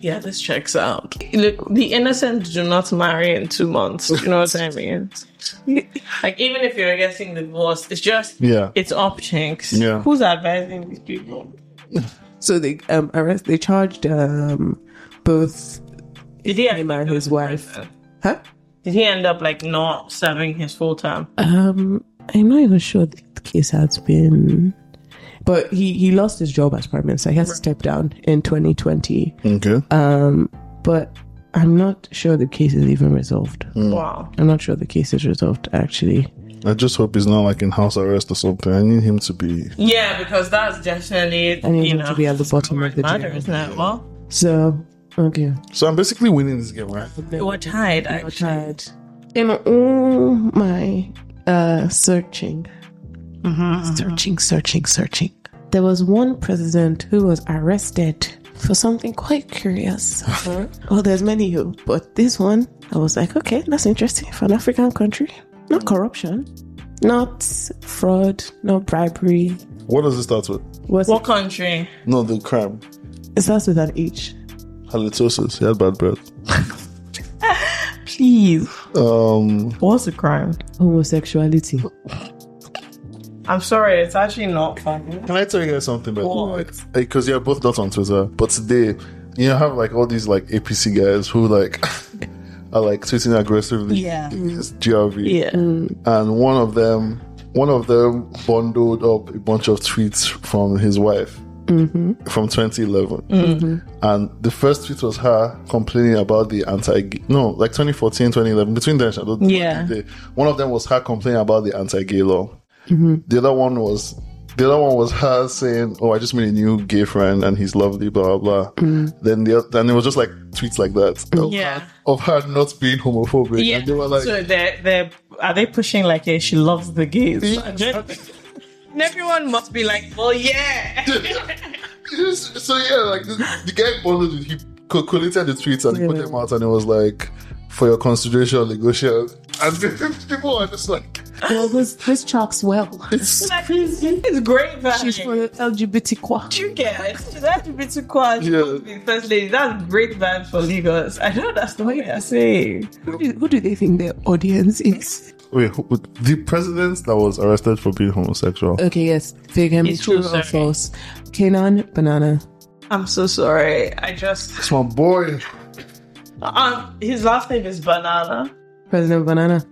B: Yeah, this checks out. Look, the innocent do not marry in two months. You know what I mean? like, even if you're getting divorced, it's just,
C: Yeah.
B: it's up chinks.
C: Yeah.
B: Who's advising these people?
A: So they um, arrest, they charged um, both,
B: Did he
A: He married
B: go
A: his
B: to
A: wife.
B: prison?
A: huh?
B: Did he end up, like, not serving his full term?
A: Um, I'm not even sure the case has been, but he he lost
B: Uh,
A: his job as prime minister. He has to step down in 2020.
C: Okay.
A: But I'm not sure the case is even resolved.
C: Mm.
B: Wow.
A: I'm not sure the case is resolved, actually.
C: I just hope he's not like in house arrest or something. I need him to be.
B: Yeah, because that's definitely
A: I need
B: you
A: him
B: know
A: to be at the bottom of the
B: murder,
A: jail.
B: isn't it? Well,
A: So, okay.
C: So I'm basically winning this game, right?
B: we're tied. Actually.
A: tried. In all oh my uh, searching,
B: Mm-hmm,
A: searching, searching, searching, there was one president who was arrested for something quite curious.
B: Uh-huh.
A: well, there's many who, but this one, I was like, okay, that's interesting for an African country.
B: Mm-hmm.
A: Not corruption, not fraud, not bribery.
C: What does it start with?
A: Was
B: What country?
C: No, the crime.
A: it starts with an H?
C: Halitosis. He had bad breath.
B: Please.
C: Um,
B: What's the crime?
A: Homosexuality.
B: I'm sorry, it's actually not funny.
C: can I tell you guys something about
B: What?
C: Because you're both not on Twitter, but today you have like all these like APC guys who like are like tweeting aggressively.
B: Yeah.
C: against GRV.
B: Yeah.
A: Mm.
C: and one of them one of them bundled up a bunch of tweets from his wife
B: Mm-hmm.
C: from 2011 and the first tweet was her complaining about the anti no like 2014 2011 between them I don't-
B: Yeah.
C: the- one of them was her complaining about the anti-gay law
B: Mm-hmm.
C: the other one was the other one was her saying, "Oh, I just made a new gay friend and he's lovely, blah blah." blah. Then the then it was just like tweets like that of,
B: Mm. Yeah.
C: her, of her not being homophobic,
B: Yeah.
C: and they were like,
B: so they're, they're, are they pushing like, yeah, she loves the gays?
C: Yeah,
B: And then- and everyone must be like, well, yeah.
C: so yeah, like the, the guy bundled it. He co- collated the tweets and he put them out, and it was like, "For your consideration, negotiate." And then people are just like,
A: well, this this chalks well.
C: "It's
B: Like, it's great
A: She's
B: value.
A: for LGBTQ.
B: You get that's a bit too quiet.
C: Yeah.
B: First lady, that's great value for Lagos. I know that's the way I say.
A: Who do, who do they think their audience is?
C: wait, who, the president that was arrested for being homosexual."
A: Okay, yes. Vegan,
D: It's
A: true
D: true, sorry.
A: or false? Canaan, banana.
B: I'm so sorry. I just
C: It's my boy.
B: um his last name is Banana.
A: President Banana.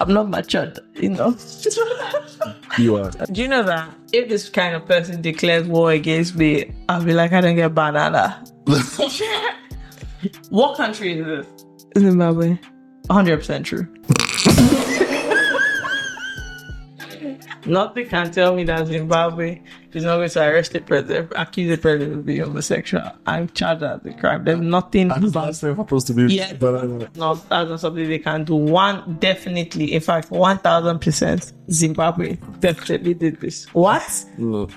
B: I'm not matured, you know.
C: You are.
B: Do you know that if this kind of person declares war against me, I'll be like, I don't get banana. what country is this?
A: Zimbabwe.
B: 100% true. Nothing can tell me that Zimbabwe is not going to arrest the president, accuse the president of being homosexual. I'm charged as a crime. There's nothing about
C: supposed to be.
B: Yeah.
C: but I don't know.
B: not that's not something they can do. One definitely, in fact, one thousand percent Zimbabwe definitely did this. What?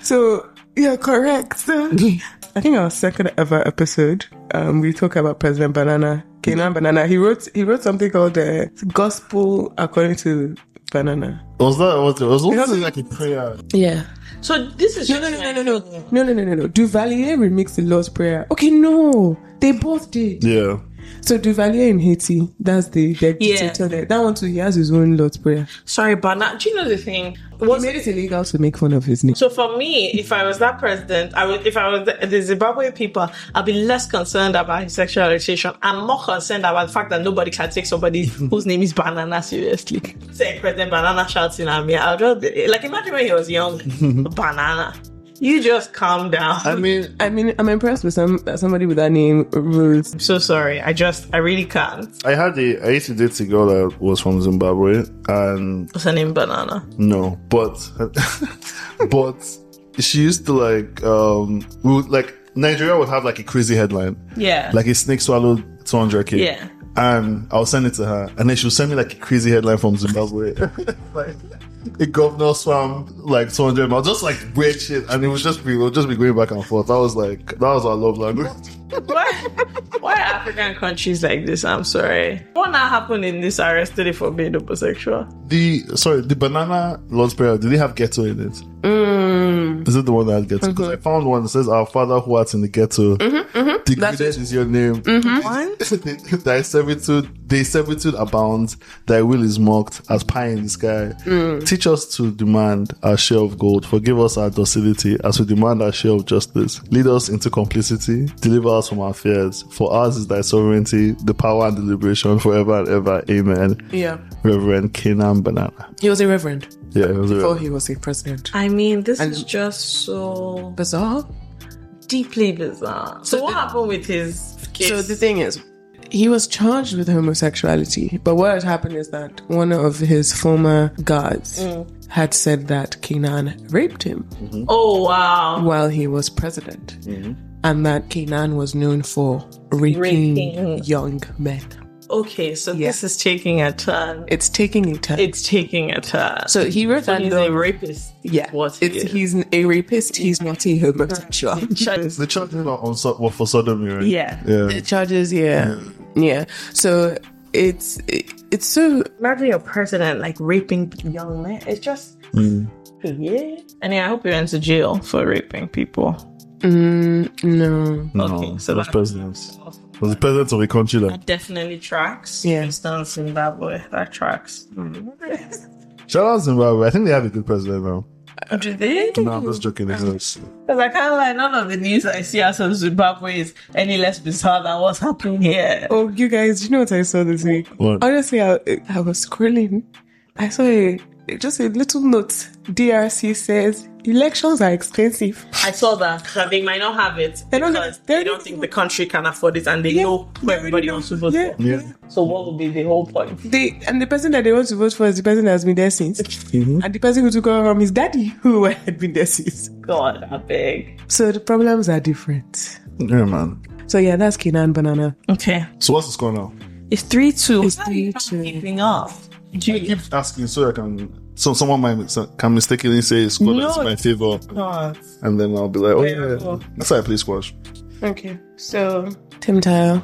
A: So, yeah, correct. So, I think our second ever episode, um, we talk about President Banana. Canaan Banana. He wrote he wrote something called the Gospel According to Banana.
C: was that was it was also like a prayer?
A: Yeah.
B: So this is
A: No, no, no, no, no, no. No, no, no, no, no. Duvalier remixed the Lord's Prayer. Okay, no. They both did.
C: Yeah.
A: So Duvalier in Haiti, that's the, the dictator there. That one too, he has his own Lord's Prayer.
B: Sorry, Bernard. Do you know the thing? Was
A: He made it illegal to make fun of his name.
B: So for me, if I was that president, I would. If I was the, the Zimbabwe people, I'd be less concerned about his sexual orientation. I'm more concerned about the fact that nobody can take somebody whose name is Banana seriously. Say President Banana shouting at me, I'll just be, like imagine when he was young, Banana. You just calm down.
C: I mean,
A: I mean, I'm impressed with some that somebody with that name rules.
B: I'm so sorry. I just, I really can't.
C: I had a I used to date a girl that was from Zimbabwe, and
B: What's her name? Banana.
C: No, but but she used to like um we would, like Nigeria would have like a crazy headline,
B: Yeah.
C: like a snake swallowed two hundred k.
B: Yeah.
C: and I'll send it to her, and then she'll send me like a crazy headline from Zimbabwe, like a governor swam like two hundred miles, just like weird shit, and it was just we would just be going back and forth. That was like that was our love language.
B: why, why are African countries like this? I'm sorry. What now happened in this arrest today for being homosexual?
C: The sorry, the banana Lord's Prayer. Did it have ghetto in it? Is it the one that had ghetto? Because I found one that says, "Our Father who art in the ghetto, degraded is your name. thy servitude, thy servitude abounds. Thy will is mocked as pie in the sky. Teach us to demand our share of gold. Forgive us our docility as we demand our share of justice. Lead us into complicity. Deliver us from our fears. For ours is thy sovereignty, the power and the liberation forever and ever. Amen."
A: Yeah.
C: Reverend Kenan Banana.
A: He was a reverend
C: Yeah, it was a-
A: before he was a president.
B: I mean, this is just so
A: Bizarre.
B: deeply bizarre. So, what happened with his case?
A: So the thing is, he was charged with homosexuality. But what had happened is that one of his former guards had said that Kenan raped him
B: Oh wow.
A: while he was president, and that Kenan was known for raping,
B: Raping.
A: young men.
B: Okay, so this is taking a turn.
A: It's taking a turn.
B: It's taking a turn.
A: so he wrote that.
D: He's
A: though-
D: a rapist.
A: yeah,
D: What he
A: it's,
D: is.
A: he's n- a rapist. He's not a homosexual.
B: Shut-
C: The charges were on so- were for sodomy, right?
B: yeah.
C: Yeah.
A: The charges, yeah, yeah. So it's it, it's so
B: Imagine your president like raping young men. It's just yeah. And yeah, I hope you went to jail for raping people.
A: mm, no.
C: No,
B: Okay, so
C: those
B: that-
C: presidents. Was the president of a country that
B: Definitely tracks.
A: Yeah.
B: For instance, Zimbabwe. That tracks.
C: shout out Zimbabwe. I think they have a good president now.
B: Do they?
C: No, I'm just joking. It's not-
B: Because I can't lie, none of the news I see out of Zimbabwe is any less bizarre than what's happening here.
A: Oh, you guys, do you know what I saw this week?
C: What?
A: Honestly, I, I was scrolling. I saw a just a little note. DRC says elections are expensive.
B: I saw that. That they might not have it
A: They don't
B: because
A: have- they
B: they
A: don't
B: don't think the country can afford it and they know who everybody else will vote
A: Yeah.
B: for.
C: Yeah.
B: So what would be the whole point?
A: They and the person that they want to vote for is the person that has been there since,
C: mm-hmm.
A: and the person who took over from his daddy who had been there since.
B: God, I beg.
A: So the problems are different.
C: Yeah, man.
A: So yeah, that's Kenan Banana.
B: Okay.
C: So what's the score now?
B: It's 3 2. It's
A: 3-2.
B: Keeping up. Do you-
C: Keep asking so I can. So someone might mis- can mistakenly say squash
B: No.
C: is my favor, and then I'll be like, oh yeah, that's how I play squash.
A: Okay, so Tim Tile,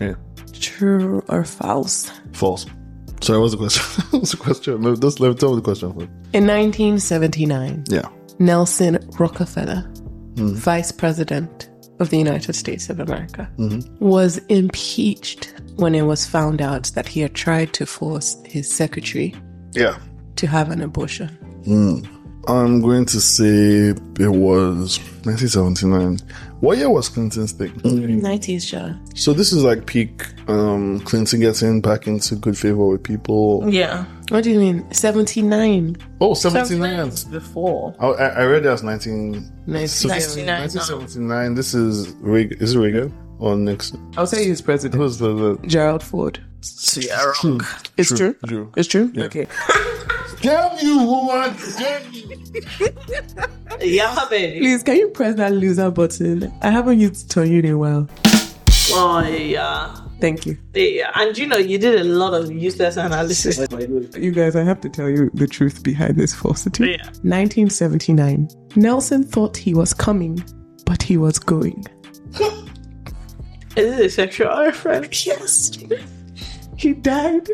C: Yeah,
A: true or false?
C: false. Sorry, what's the question? what's the question? No, just let me tell me the question first.
A: In 1979,
C: Yeah,
A: Nelson Rockefeller, vice president of the United States of America, was impeached when it was found out that he had tried to force his secretary
C: yeah.
A: to have an abortion.
C: I'm going to say it was 1979. What year was Clinton's thing?
A: 90s, sure.
C: So this is like peak um, Clinton getting back into good favor with people.
B: Yeah.
A: What do you mean? 79.
C: Oh, 79.
B: Before.
C: I, I I read it as 19.
A: 1979.
C: 1979. This is Reagan. Is it Reagan or Nixon?
A: I'll say he's president.
C: Who's the, the
A: Gerald Ford.
C: true?
A: It's true.
C: True.
A: It's true? Okay.
C: Damn you, woman! Damn you!
B: Yeah, baby.
A: Please, can you press that loser button? I haven't used it on you in a while.
B: Oh, yeah.
A: Thank you.
B: Yeah. And you know, you did a lot of useless analysis.
A: You guys, I have to tell you the truth behind this falsity.
B: Yeah.
A: 1979. Nelson thought he was coming, but he was going.
B: Is it a sexual reference?
A: Yes. He died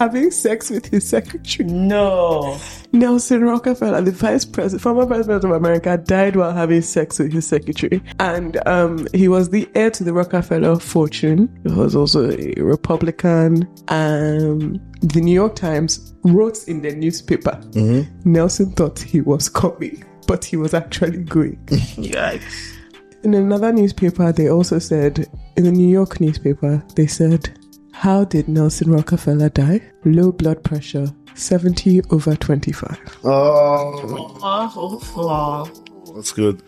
A: having sex with his secretary.
B: No.
A: Nelson Rockefeller, the vice president, former vice president of America, died while having sex with his secretary. And um, he was the heir to the Rockefeller fortune. He was also a Republican. Um, the New York Times wrote in the newspaper Nelson thought he was coming, but he was actually going.
B: Yikes.
A: In another newspaper, they also said, in the New York newspaper, they said, How did Nelson Rockefeller die? Low blood pressure, 70 over 25.
C: Oh,
B: Oh, oh,
C: that's good.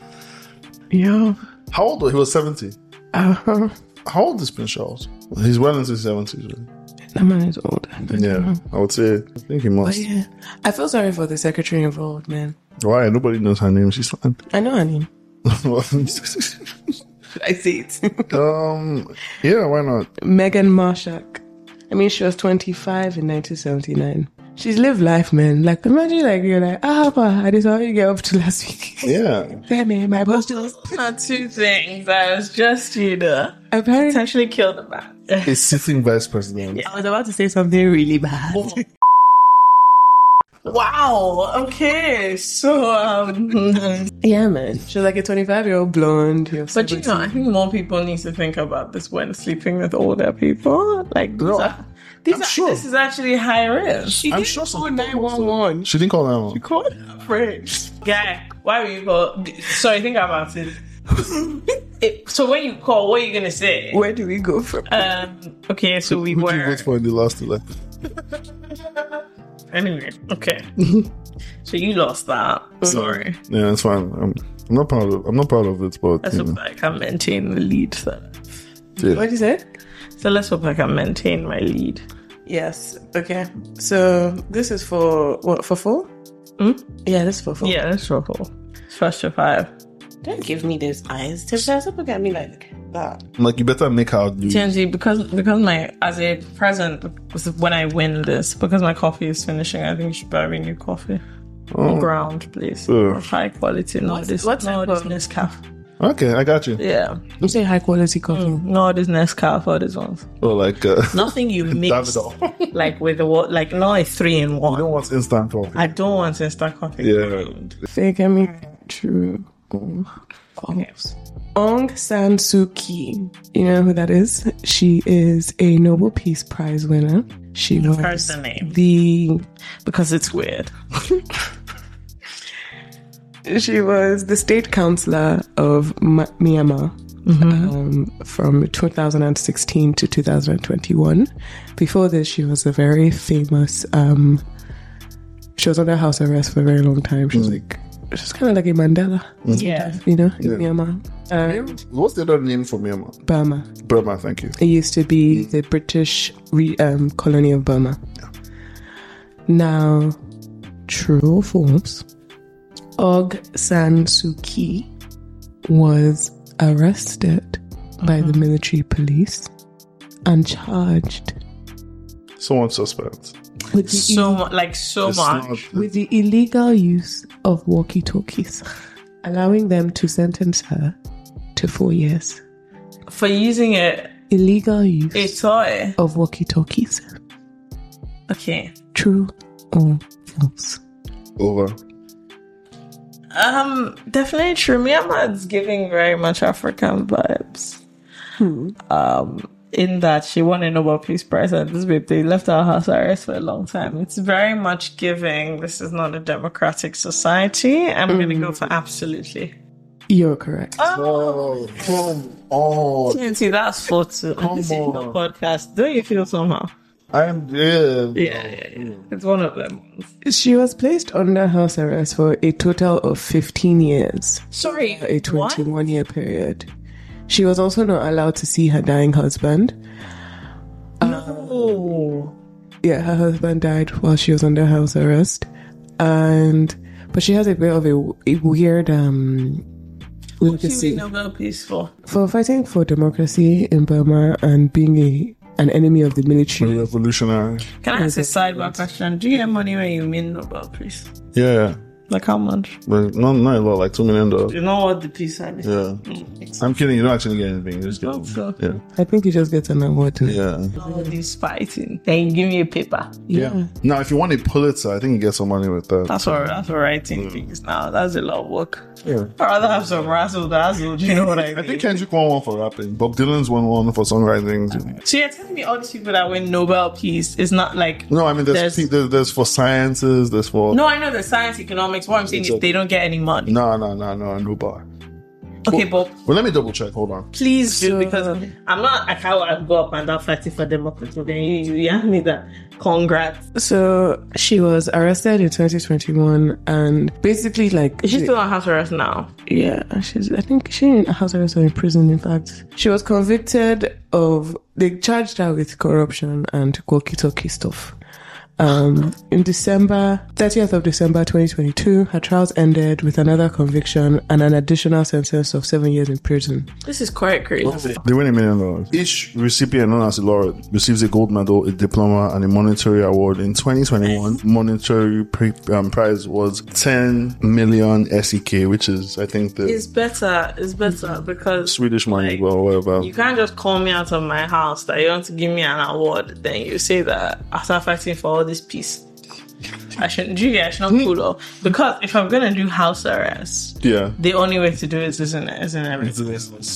A: Yeah.
C: How old was he? was 70.
A: Uh,
C: How old is Prince Charles? He's well into his 70s. Really.
A: that man is old.
C: Yeah, I would say, I think he must.
A: Yeah. I feel sorry for the secretary involved, man.
C: Why? Nobody knows her name. She's fine.
A: I know, honey.
C: um,
A: Should I say it?
C: yeah, why not?
A: Megan Marshak. I mean, she was 25 in 1979. She's lived life, man. Like, imagine, like, you're like, ah, Papa, I decided to get up to last week.
C: Yeah.
A: There, man, my boss just.
B: Not two things. I was just, you know,
A: Apparently,
B: potentially killed a man.
C: A sitting vice president.
A: I was about to say something really bad.
B: Wow. Okay. So, um,
A: Yeah, man. She was like a 25 year old blonde. You're
B: but you know, I think more people need to think about this when sleeping with older people. Like, these
C: No,
B: are, these
C: I'm
B: are,
C: sure.
B: this is actually high risk.
C: I'm sure some people also-
A: 911.
C: She didn't call 911.
A: Call her friends.
B: Guy, why were you call? Sorry, think about it. it. So when you call, what are you gonna say?
A: Where do we go from?
B: Um, okay, so we
C: Who did you
B: were
C: vote for in the last election?
B: anyway. Okay, so you lost that. Sorry,
C: Yeah, it's fine. I'm, I'm not
A: Mm.
C: proud of. I'm not proud of it, but
B: I
C: you know,
B: hope that I can maintain the lead. So.
C: yeah.
A: What'd you say?
B: So let's hope I can maintain my lead.
A: Yes. Okay. So this is for what? For four? Hmm? Yeah, this is for four.
B: Yeah, let's ruffle. First to five.
A: Don't give me those eyes. Tiffany, stop looking at me like that.
C: Like you better make out. You,
B: TNG, because because my as a present when I win this, because my coffee is finishing, I think you should buy me new coffee.
C: Oh,
B: Ground, please.
C: Ugh.
B: Of high quality, not this
A: what
B: not
A: type
B: this Nescafe.
C: okay, I got you.
B: Yeah.
A: You say high quality coffee.
B: Not this Nescafe or this one.
C: Or like uh,
B: Nothing you mix
C: Davidoff.
B: like with the what like not a three in
C: You
B: one.
C: don't want instant coffee.
B: I don't want instant coffee.
C: Yeah.
A: Fake I mean true. False. Aung San Suu Kyi. You know who that is? She is a Nobel Peace Prize winner. She was
B: How's the name?
A: the
B: Because it's weird.
A: she was the state counselor of Ma- Myanmar um, from 2016 to 2021. Before this, she was a very famous. Um, she was under house arrest for a very long time. She was like, she's kind of like a Mandela,
B: Yeah.
A: you know, in Myanmar, uh,
C: What's the other name for Myanmar?
A: Burma.
C: Burma, thank you.
A: It used to be the British re- um, colony of Burma. Now, true or false, Og San Suu Kyi was arrested by the military police and charged
C: Someone suspect.
A: with the,
B: So mu- like so
C: It's
B: much.
C: not-
A: with the illegal use of walkie talkies, allowing them to sentence her to four years.
B: For using it
A: Illegal use
B: a toy.
A: of walkie talkies.
B: Okay.
A: True or false?
C: over.
B: Um, definitely true. Myanmar's giving very much African vibes. Um, in that she won a Nobel Peace Prize and this babe, they left our house arrest for a long time. It's very much giving. This is not a democratic society. I'm gonna go for absolutely.
A: You're correct.
C: Oh, come on.
B: TNT, that's for two. This is
C: on.
B: your podcast. Don't you feel somehow?
C: I'm dead.
B: Yeah, yeah, yeah. It's one of them ones.
A: She was placed under house arrest for a total of 15 years,
B: Sorry,
A: a
B: what?
A: 21 year period. She was also not allowed to see her dying husband. Um,
B: No.
A: Yeah, her husband died while she was under house arrest. And, but she has a bit of a, a weird, um,
B: She
A: legacy
B: won Nobel Peace for.
A: for fighting for democracy in Burma and being a, an enemy of the
C: Oh,
A: military.
C: Revolutionary.
B: Can I ask a sidebar question? Do you get money when you win Nobel Peace?
C: Yeah.
B: Like how much?
C: But not, not a lot, like $2 million. dollars.
B: You know what the peace I mean?
C: Yeah. I'm kidding. You don't actually get anything. You just get
B: Oh, so-
C: Yeah.
A: I think you just get an award. Yeah.
C: Yeah.
B: All this fighting. Then you give me a paper.
C: Yeah. Now, if you want a Pulitzer, I think you get some money with that.
B: That's for that's for writing things now. That's a lot of work.
C: Yeah.
B: I'd rather have some razzle dazzle, do you know what I mean?
C: I think Kendrick won one for rapping. Bob Dylan's won one for songwriting.
B: so you're telling me all these people that win Nobel Peace is not like
C: No, I mean, there's
B: There's-
C: pe- there's, there's for sciences, there's for.
B: No, I know the science economics. What I'm saying is they don't get any money.
C: No, no, no, no, no bar.
B: Okay, but
C: Well, let me double check. Hold on.
B: please do because I'm not I can't go up and down fighting for democracy. Then you, you have me that congrats.
A: So she was arrested in 2021 and basically like
B: She's still on house arrest now.
A: yeah, she's I think she in house arrest or in prison in fact. She was convicted of they charged her with corruption and walkie-talkie stuff. Um, in December 30th of December 2022, her trials ended with another conviction and an additional sentence of seven years in prison.
B: This is quite crazy.
C: They win a million dollars. Each recipient, known as a laureate, receives a gold medal, a diploma, and a monetary award. In 2021, monetary pre- um, prize was 10 million SEK, which is, I think, the
B: It's better. It's better because
C: Swedish money,
B: like,
C: well, whatever.
B: you can't just call me out of my house that you want to give me an award. Then you say that after fighting for all this peace, I shouldn't do it. I should not pull off because if I'm gonna do house arrest,
C: Yeah.
B: the only way to do it isn't it? Isn't everything?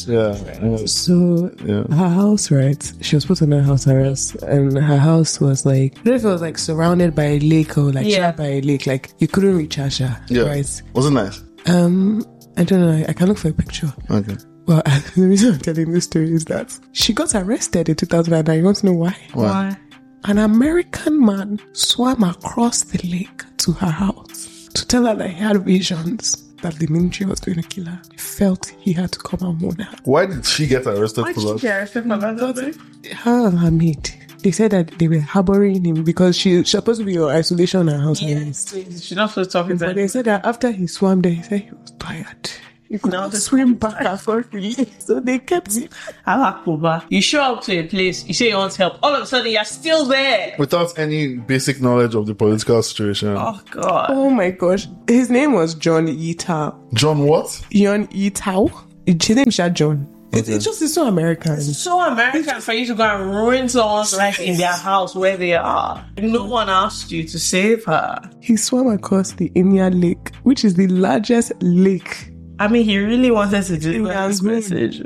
C: Yeah. Yeah.
A: So
C: Yeah.
A: her house, right? She was put under house arrest, and her house was like, I don't know if it was like surrounded by a lake or like
B: Yeah.
A: shut by a lake, like you couldn't reach Asha,
C: Yeah.
A: right?
C: Was it nice?
A: Um, I don't know. I, I can look for a picture.
C: Okay.
A: Well, the reason I'm telling this story is that she got arrested in 2009. You want to know why?
B: Why?
A: An American man swam across the lake to her house to tell her that he had visions that the military was going to kill her. felt he had to come and warn her.
C: Why did she get arrested
B: Why
C: for
B: did you
C: that?
B: get arrested for that?
A: Her and her maid. They said that they were harboring him because she she's supposed to be on isolation and house arrest.
B: She's not supposed to talk to
A: But they said that after he swam there, he said he was tired. He could
B: Now
A: not
B: the-
A: swim back and forth. So they kept him.
B: Alakuba. You show up to a place, you say you want help, all of a sudden you're still there.
C: Without any basic knowledge of the political situation.
B: Oh god.
A: Oh my gosh. His name was John Yitao.
C: John, what?
A: Yon Yitao? His name is Sha John. It, it's just, it's so American.
B: So American for you to go and ruin someone's life in their house where they are. No one asked you to save her.
A: He swam across the Inya Lake, which is the largest lake.
B: I mean, he really wanted to deliver
A: Yeah,
B: this
A: good.
B: message.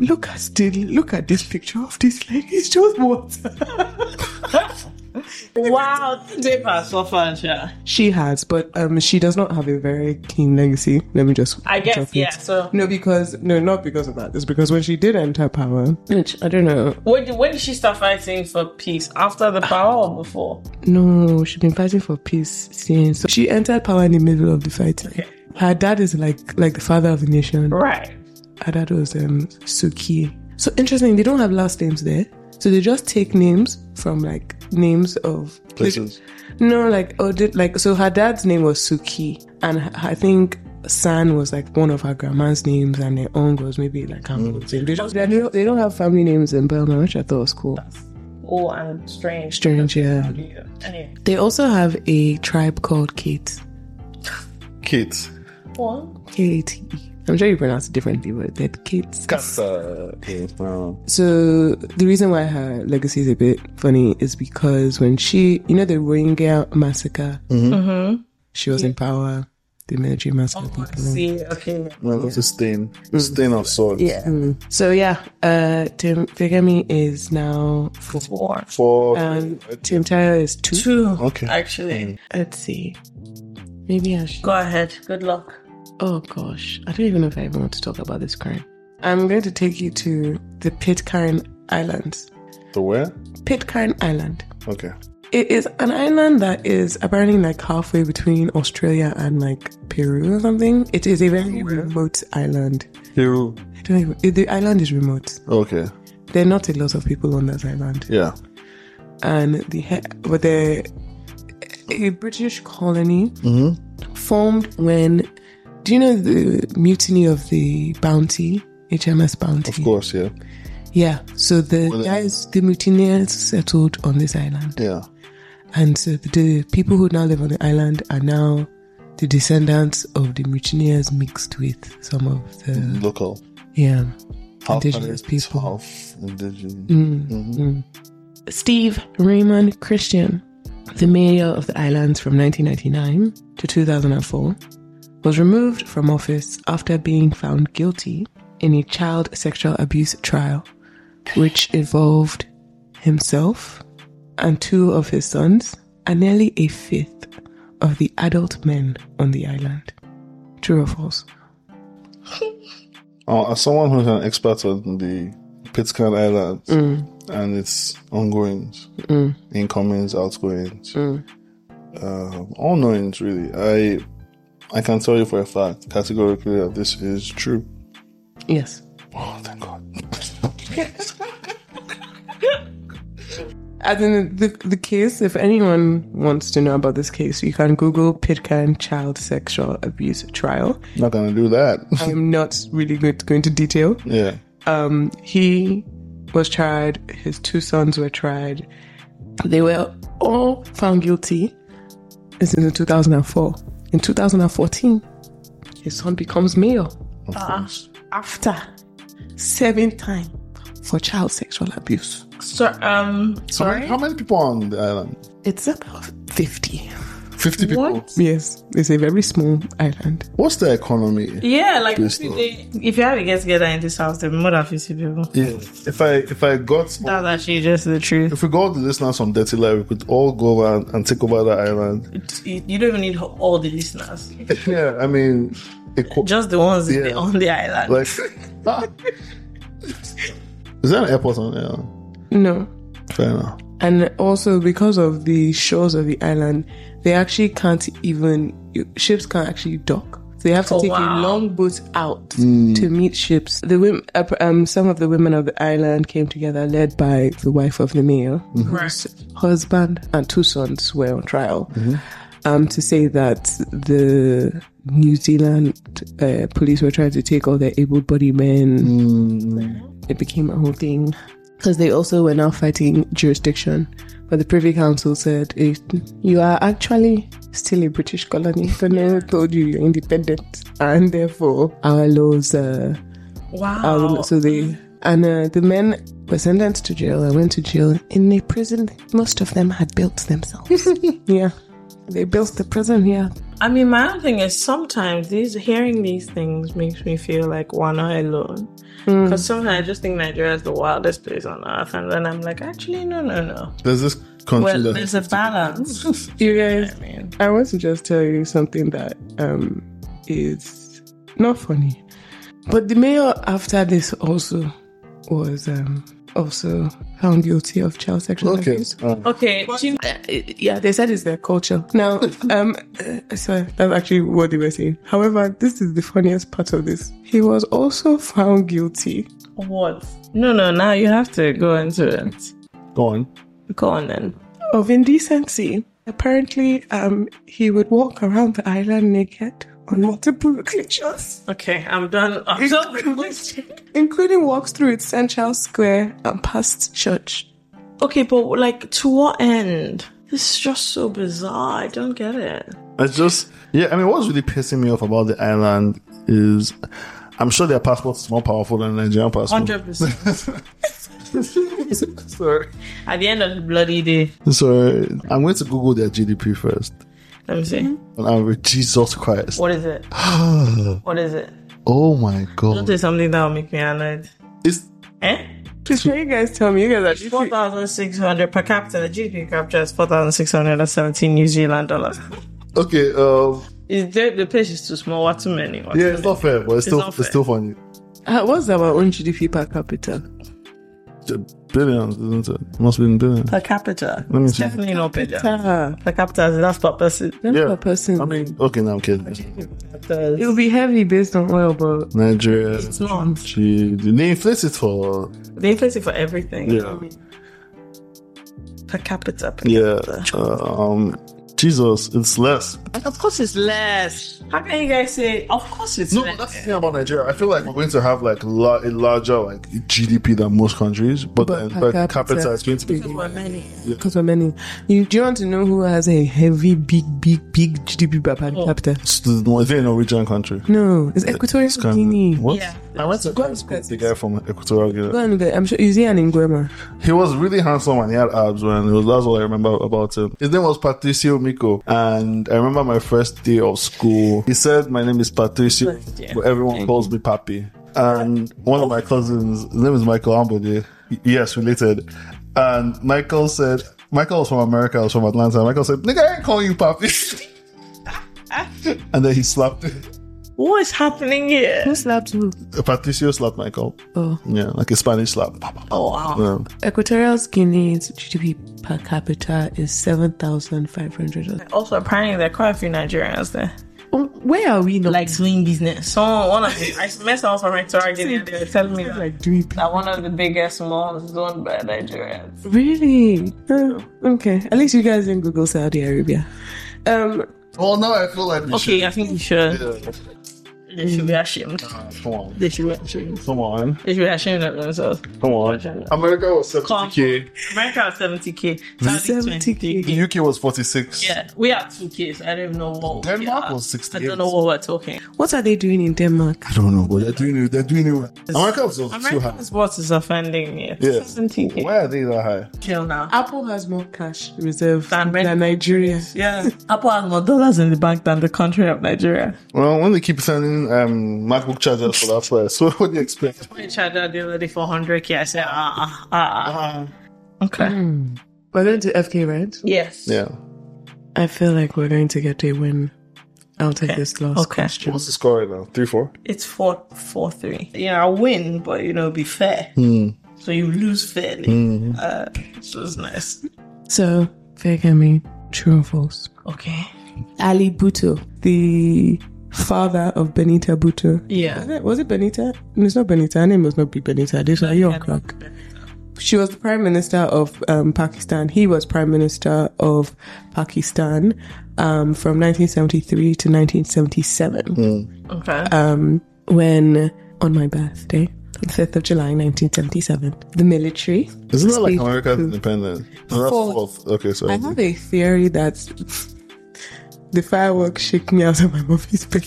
A: Look at the, look at this picture of this lake. It's just water.
B: Wow, they pass off on
A: She has, but um, she does not have a very clean legacy. Let me just.
B: I guess,
A: drop it.
B: yeah. So,
A: No, because no, not because of that. It's because when she did enter power, which I don't know.
B: when did, when did she start fighting for peace? After the power or before?
A: No, she's been fighting for peace since she entered power in the middle of the fight. Her dad is like like the father of the nation.
B: Right.
A: Her dad was um Suki. So interesting. They don't have last names there, so they just take names from like names of
C: Places.
A: No, like oh, did like so her dad's name was Suki, and h- I think San was like one of her grandma's names, and their own was maybe like her mom's name. They don't, they don't they don't have family names in Burma, which I thought was cool.
B: Oh, and strange.
A: Strange, yeah.
B: Yeah. Anyway.
A: They also have a tribe called Kate,
C: Kate.
B: What?
A: K A T E. I'm sure you pronounce it differently, but they're Kates.
C: Kata. Okay. wow.
A: So the reason why her legacy is a bit funny is because when she, you know, the Rohingya massacre,
B: Mm-hmm.
A: she was in power. The military massacre. I think.
B: See, okay.
C: Well, that's a stain. Stain of salt. Yeah.
A: Mm. So yeah, uh, Tim Figemi is now four.
B: Four.
C: For.
A: Um, Tim Tyler is two.
B: Two.
C: Okay.
B: Actually,
A: Let's see. Maybe I should.
B: go ahead. Good luck.
A: Oh gosh, I don't even know if I even want to talk about this crime. I'm going to take you to the Pitcairn Islands.
C: the where?
A: Pitcairn Island.
C: Okay.
A: It is an island that is apparently like halfway between Australia and like Peru or something. It is a
C: Oh,
A: very remote island.
C: Peru.
A: I don't even, the island is remote.
C: Okay.
A: There are not a lot of people on that island.
C: Yeah.
A: and the he- but the a British colony
C: Mm-hmm.
A: formed when do you know the mutiny of the Bounty HMS Bounty?
C: Of course. Yeah.
A: Yeah, so the
C: Well, it-
A: guys, the mutineers settled on this island,
C: Yeah.
A: and so the people who now live on the island are now the descendants of the mutineers mixed with some of the
C: Local.
A: yeah
C: Half
A: indigenous
C: Malay,
A: people.
C: Half indigenous.
A: Steve Raymond Christian, the mayor of the islands from 1999 to 2004, was removed from office after being found guilty in a child sexual abuse trial, which involved himself and two of his sons, and nearly a fifth of the adult men on the island. True or false?
C: Uh, as someone who's an expert on the Pitcairn Islands and its ongoings, incomings, outgoings, uh, all knowings, really, I I can tell you for a fact, categorically, that this is true.
A: Yes.
C: Oh, thank God.
A: As in the, the case, if anyone wants to know about this case, you can Google Pitcairn child sexual abuse trial.
C: Not gonna do that.
A: I'm not really going to go into detail.
C: yeah.
A: Um, he was tried, his two sons were tried. They were all found guilty. This is in 2004. In 2014, his son becomes mayor
C: Of course.
A: after seven time for child sexual abuse.
B: So, um,
C: How many,
B: sorry.
C: how many people are on the island?
A: It's about 50.
C: 50 people.
B: What?
A: Yes, it's a very small island.
C: What's the economy?
B: Yeah, like if
C: Pissed off.
B: they, if you had to get together in this house, there are more than fifty people.
C: Yeah. If I if I got
B: That's actually just the truth.
C: if we got the listeners from Dirty Life, we could all go over and, and take over the island.
B: It's- You you don't even need all the listeners,
C: yeah, I mean, eco-
B: just the ones
C: Yeah.
B: on the island.
C: Like, is there an airport on there?
A: No,
C: Fair enough.
A: and also because of the shores of the island, they actually can't even ships can't actually dock. So you have to
E: Oh,
A: take a
E: wow.
A: long boat out to meet ships. The women, uh, um, some of the women of the island came together, led by the wife of the mayor, whose husband and two sons were on trial, um, to say that the New Zealand uh, police were trying to take all their able-bodied men. It became a whole thing because they also were now fighting jurisdiction. But the Privy Council said, "Eh, You are actually still a British colony. Colonel told you you're independent, and therefore our laws uh, are.
E: Wow.
A: So they. And uh, the men were sentenced to jail and went to jail in a prison most of them had built themselves. yeah. They built the prison here.
B: I mean, my own thing is sometimes these hearing these things makes me feel like we're not alone.
C: Hmm.
B: Because sometimes I just think Nigeria is the wildest place on earth, and then I'm like, actually, no, no, no.
C: There's this country
B: Well,
C: that
B: there's a balance.
A: You guys,
B: I
C: Hmm.
B: mean,
A: I want to just tell you something that um, is not funny. But the mayor after this also was um, also found guilty of child sexual
C: okay.
A: abuse.
C: Um,
E: Okay. do you-
A: Uh, yeah, they said it's their culture. Now, um, uh, so that's actually what they were saying. However, this is the funniest part of this. He was also found guilty.
E: What?
B: no, no. Now you have to go into it.
C: go on.
B: Go on then.
A: of indecency. Apparently, um, he would walk around the island naked on multiple occasions,
B: Okay, I'm done. I'm done with this.
A: including walks through its central square and past church.
B: Okay, but like to what end? This is just so bizarre. I don't get it.
C: It's just yeah. I mean, what's really pissing me off about the island is, I'm sure their passport is more powerful than Nigerian passport.
B: Hundred percent.
C: Sorry.
B: At the end of the bloody day,
C: Sorry. I'm going to Google their GDP first.
B: let me see.
C: And I'm with Jesus Christ.
B: What is it? what is it?
C: Oh my
B: Don't
C: God.
B: say something that will make me annoyed.
C: It's
B: Eh?
A: Please, can you guys tell me? You guys are
B: Four thousand six hundred per capita. The GDP per capita is four thousand six hundred and seventeen New Zealand dollars.
C: okay. Um,
B: Is there, the place is too small? What too many? What
C: yeah,
B: too
C: it's
B: many?
C: not fair, but it's still
B: not
C: it's,
B: fair.
C: still funny.
A: uh, what's our own GDP per capita?
C: Billions, isn't it? Must be in billions.
B: per capita.
C: Let me
B: It's
C: see.
B: definitely not bigger.
A: Ah,
B: Per capita is that's per person.
A: not
C: Yeah.
A: per person.
C: I mean, okay, now I'm kidding.
A: it will be heavy based on oil, but
C: Nigeria.
B: It's not.
C: She, they inflate it for
B: They inflate it for everything.
C: yeah,
B: Per capita. Per
C: yeah.
B: capita.
C: Um, Jesus, it's less.
B: Of course it's less. How can you guys say, of course it's
C: No, but
B: less?
C: that's the thing about Nigeria. I feel like we're going to have like la- a larger like GDP than most countries, but,
A: But
C: then
A: per
C: per
A: capita-
C: capita is going to be.
B: We're many.
A: because we're many. You, do you want to know who has a heavy, big, big, big GDP per capita?
C: It's the- no, Is it a Norwegian country?
A: No, it's Equatorial Guinea.
C: What?
B: Yeah.
C: I went to
A: Go
C: high school
A: and-
C: with the guy from Equatorial Guinea.
A: Go on, but I'm sure you see an Nguema.
C: He was really handsome and he had abs, man. It was that's all I remember about him. His name was Patricio Miko, and I remember my first day of school. He said, "My name is Patricio,
B: Yeah.
C: but everyone calls me Papi." And one of my cousins, his name is Michael Ambode. Yes, related. And Michael said, "Michael was from America. I was from Atlanta." Michael said, "Nigga, I ain't calling you Papi." and then he slapped.
B: What is happening here?
A: Who slapped who?
C: Patricio slapped Michael.
A: Oh.
C: Yeah, like a Spanish slap.
B: Oh, wow.
C: Yeah.
A: Equatorial Guinea's GDP per capita is 7,500.
B: Also, apparently, there are quite a few Nigerians there.
A: Oh, Where are we now?
B: Like doing business. So, one of the, I met someone from Rector They were telling me that,
A: like doing
B: that one of the biggest malls is owned by Nigerians.
A: Really? Oh, okay. At least you guys didn't Google Saudi Arabia. Um,
C: Well, now I feel like we
B: Okay, I think you should.
C: should. Yeah.
B: They should be ashamed.
C: Come on.
B: They should be ashamed.
C: Come on.
B: They should be ashamed of themselves.
C: Come on. America was 70k.
B: America has 70k. Saudi
A: 70K.
B: 23K.
C: UK was 46.
B: Yeah, we are 2k, so I don't know what. we
C: Denmark
B: are.
C: was 68.
B: I don't know what we're talking.
A: what are they doing in Denmark?
C: I don't know, but they're doing it. They're doing it. well. America was also too high.
B: American sports is offending me.
C: Yeah.
B: 17
C: Why are they that high?
B: jail now.
A: Apple has more cash reserve
B: Than
A: than,
B: Red-
A: Nigeria.
B: Yeah. Apple has more dollars in the bank than the country of Nigeria.
C: Well, when they keep sending um, MacBook chargers for that price, so what do you expect?
B: We charged the other day for 100k. I said, ah, ah, ah.
C: Uh,
B: ah. Okay.
A: We're going to FK, right?
B: Yes.
C: yeah.
A: I feel like we're going to get a win out of this loss.
B: Okay.
C: What's the score right now? 3 4?
B: It's 4 4 3. You know, I win, but, you know, be fair.
C: Hmm.
B: So you lose fairly. Uh, so it's nice.
A: So, fake me, true or false?
B: Okay.
A: Ali Bhutto, the father of Benita Bhutto.
F: Yeah.
A: Was it- Was it Benita? No, It's not Benita. Her name must not be Benita. This are you on crack? She was the prime minister of um, Pakistan. He was prime minister of Pakistan um, from 1973 to 1977
C: Hmm.
B: Okay.
A: um, when on my birthday, the 5th of July 1977, the military.
C: Isn't that like
A: speak
C: America's
A: to-
C: independence? No, that's
A: Fourth.
C: fourth. Okay, sorry.
A: I have a theory that the fireworks shake me out of my mommy's bed.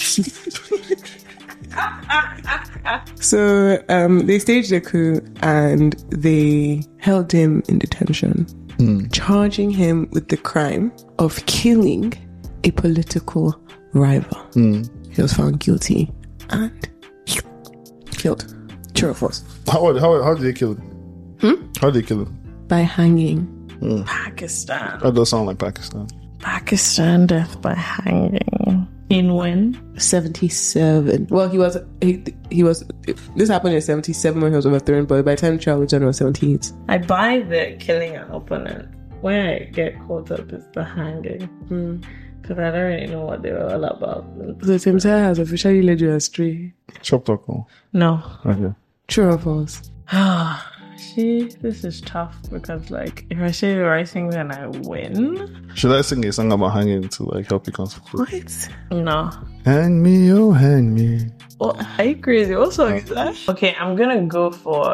A: so um, they staged a coup and they held him in detention, charging him with the crime of killing a political rival. He was found guilty and killed. True or false?
C: How, how, how did they kill him? How did they kill him?
A: By hanging.
B: Pakistan.
C: That does sound like Pakistan.
B: Pakistan death by hanging. In when?
A: 77. Well, he was, he, he was, this happened in 77 when he was overthrown, but by the time Charles John was 78.
B: I buy the killing an opponent. Where I get caught up is the hanging. Because I don't really know what they were all about.
A: So Tim Tyler has officially led you astray.
C: Chop talk. oh.
B: No.
C: Okay.
A: True or false?
B: See, this is tough because, like, if I say the right thing, then I win.
C: Should I sing a song about hanging to like help you concentrate?
A: What?
B: No.
C: Hang me, oh hang me.
B: Well, are you crazy? What song is that? Okay, I'm gonna go for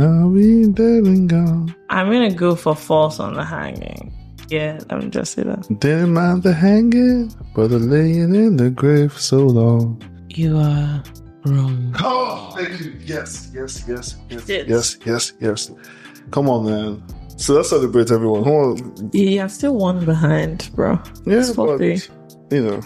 C: I'll be dead and gone.
B: I'm gonna go for false on the hanging. Yeah, let me just say that.
C: Didn't mind the hanging, but the laying in the grave so long.
A: You are wrong.
C: Oh, thank you. Yes, yes, yes, yes,
B: Yes.
C: yes, yes, yes. Come on, man. So let's celebrate everyone. Come on.
B: Yeah, I'm still one behind, bro.
C: Yeah,
B: It's
C: but,
B: faulty.
C: you know,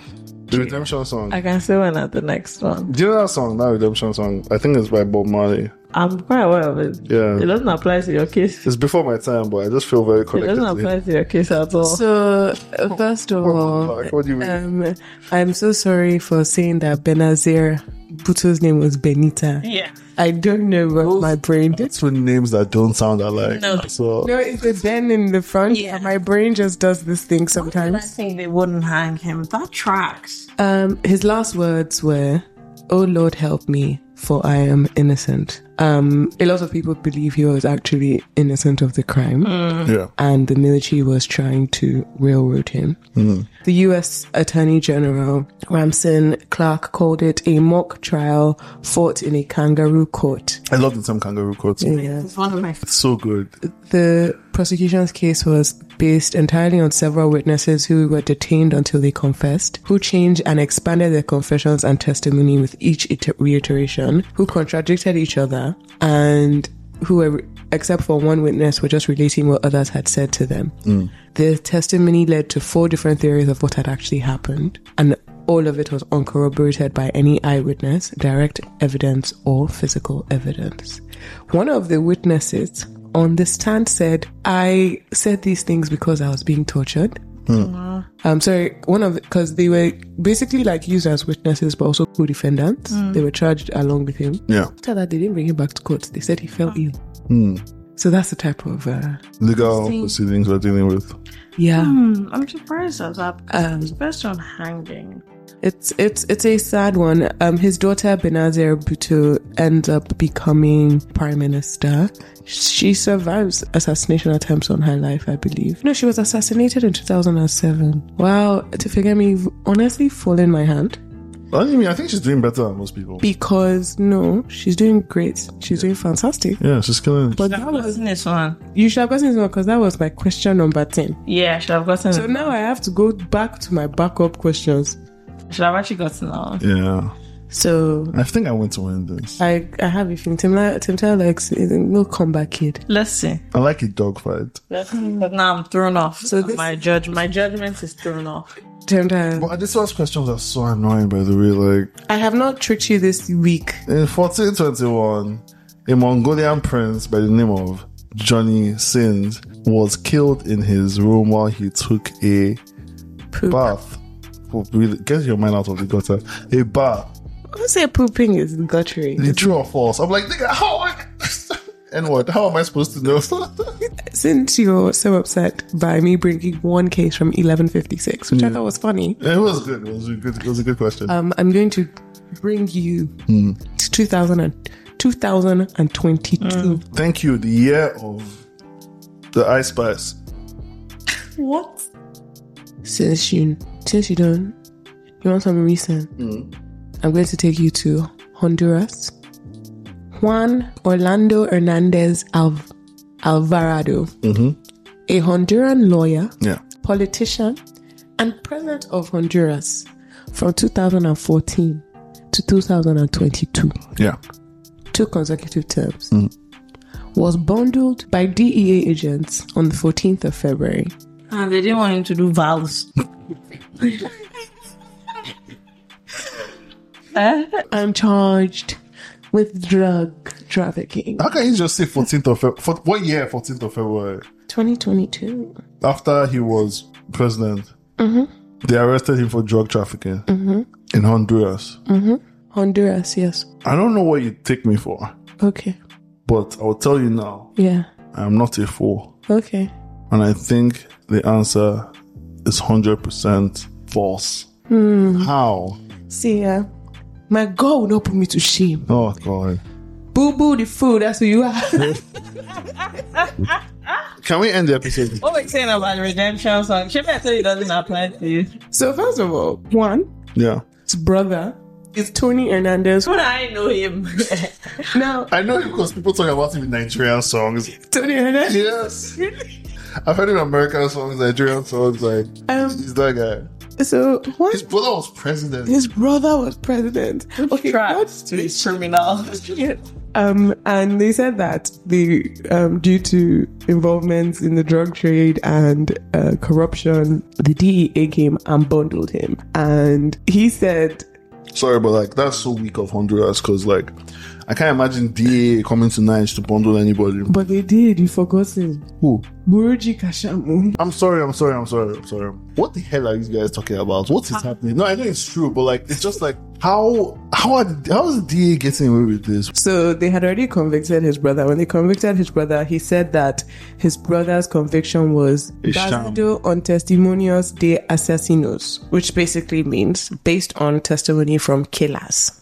C: the redemption song.
B: I can still win at the next one.
C: Do you know that song, that redemption song? I think it's by Bob Marley.
B: I'm quite aware of it.
C: Yeah.
B: It doesn't apply to your case.
C: It's before my time, but I just feel very
B: It
C: connected.
B: doesn't
C: to it.
B: apply to your case at all.
A: So, uh, first of all,
C: Like, what do you mean?
A: um, I'm so sorry for saying that Benazir Bhutto's name was Benita.
B: yeah.
A: I don't know what my brain did.
C: It's with names that don't sound alike. No. So
A: No, it's a Ben in the front.
B: Yeah.
A: My brain just does this thing
B: I
A: sometimes.
B: think they wouldn't hang him. That tracks.
A: Um, his last words were, "Oh Lord, help me, for I am innocent." Um, a lot of people believe he was actually innocent of the crime,
C: yeah,
A: and the military was trying to railroad him. The U.S. Attorney General Ramson Clark called it a mock trial fought in a kangaroo court.
C: I love the term kangaroo court.
A: Yeah.
B: It's one of my
C: It's so good.
A: The prosecution's case was based entirely on several witnesses who were detained until they confessed, who changed and expanded their confessions and testimony with each iter- reiteration, who contradicted each other, and who were, except for one witness, were just relating what others had said to them. The testimony led to four different theories of what had actually happened, and all of it was uncorroborated by any eyewitness, direct evidence, or physical evidence. One of the witnesses on the stand said, I said these things because I was being tortured. I'm sorry, one of because they were basically like used as witnesses but also co defendants. They were charged along with him.
C: Yeah,
A: After that, they didn't bring him back to court. They said he fell ill. So that's the type of, uh,
C: legal proceedings we're dealing with.
A: yeah.
B: Um, I'm surprised at that.
A: Um,
B: it's based on hanging.
A: It's it's it's a sad one. Um, his daughter Benazir Bhutto ends up becoming prime minister. She survives assassination attempts on her life, I believe. No, she was assassinated in 2007. Wow, to forget me, honestly, fall in my hand
C: I mean, I think she's doing better than most people.
A: because no, she's doing great. She's doing fantastic.
C: Yeah, she's killing.
A: But that was
B: Isn't this one?
A: you should have gotten this one because that was my question number ten.
B: Yeah, I should have gotten.
A: So now I have to go back to my backup questions.
B: I should have actually gotten that one.
C: yeah,
A: So
C: I think I want to win this.
A: I I have a feeling Tim Li- Tim Tyler likes is a no comeback kid.
B: Let's see.
C: I like a dog fight,
B: Let's see. But now I'm thrown off. So
A: this-
B: my judge, my judgment is thrown off.
A: Tim Tyler,
C: but this last questions are so annoying. By the way, like
A: I have not tricked you this week.
C: in 1421, a Mongolian prince by the name of Johnny Sind was killed in his room while he took a
A: Poop.
C: bath. Oh, really? Get your mind out of the gutter. A bath
A: I would say pooping is guttering.
C: Is it true or false? I'm like, nigga, how? N word. How am I supposed to know?
A: since you're so upset by me bringing one case from 1156, which I thought was funny,
C: It was good. It was a good. It was a good question.
A: um, I'm going to bring you to 2000 and, 2022.
C: Thank you. The year of the Ice Spice.
B: What?
A: Since you since you don't, you want something recent. I'm going to take you to Honduras. Juan Orlando Hernandez Alv- Alvarado, a Honduran lawyer,
C: Yeah.
A: politician, and president of Honduras from 2014 to 2022
C: Yeah.
A: two consecutive terms, was bundled by DEA agents on the 14th of February.
D: Ah, they didn't want him to do vows.
A: I'm charged with drug trafficking.
C: How can you just say 14th of February? For, what year? 14th of February.
A: 2022.
C: After he was president,
A: Mm-hmm.
C: they arrested him for drug trafficking in Honduras.
A: Honduras, yes.
C: I don't know what you take me for,
A: Okay.
C: but I'll tell you now.
A: Yeah.
C: I'm not a fool,
A: Okay.
C: and I think the answer is 100% false.
A: Hmm.
C: How?
A: See, uh, my God will not put me to shame.
C: Oh God.
A: Boo boo the fool, that's who you are.
C: Can we end the episode?
B: What were you saying about the redemption song? She better tell you it doesn't apply to you.
A: so, first of all, Juan's
C: Yeah.
A: brother is Tony Hernandez.
B: But I know him.
A: Now,
C: I know because people talk about him in Nigerian songs.
A: Tony Hernandez.
C: Yes. I've heard him in American songs, Nigerian songs, like
A: Um,
C: he's that guy.
A: so, Juan,
C: His brother was president.
A: his brother was president. Okay,
B: Trapped to his criminal.
A: Yeah. Um, and they said that the um, due to involvements in the drug trade and uh, corruption, the DEA came and bundled him. And he said,
C: Sorry, but like that's so weak of Honduras because like I can't imagine DA coming to Nige to bundle anybody.
A: "But they did. You forgotten
C: Who?
A: Buruji Kashamu."
C: I'm sorry, I'm sorry, I'm sorry, I'm sorry. What the hell are you guys talking about? What is happening? No, I know it's true, but like it's just like how how are the, how is DA getting away with this?
A: So they had already convicted his brother. When they convicted his brother, he said that his brother's conviction was
C: A sham.
A: basado on testimonios de asesinos, which basically means based on testimony from killers.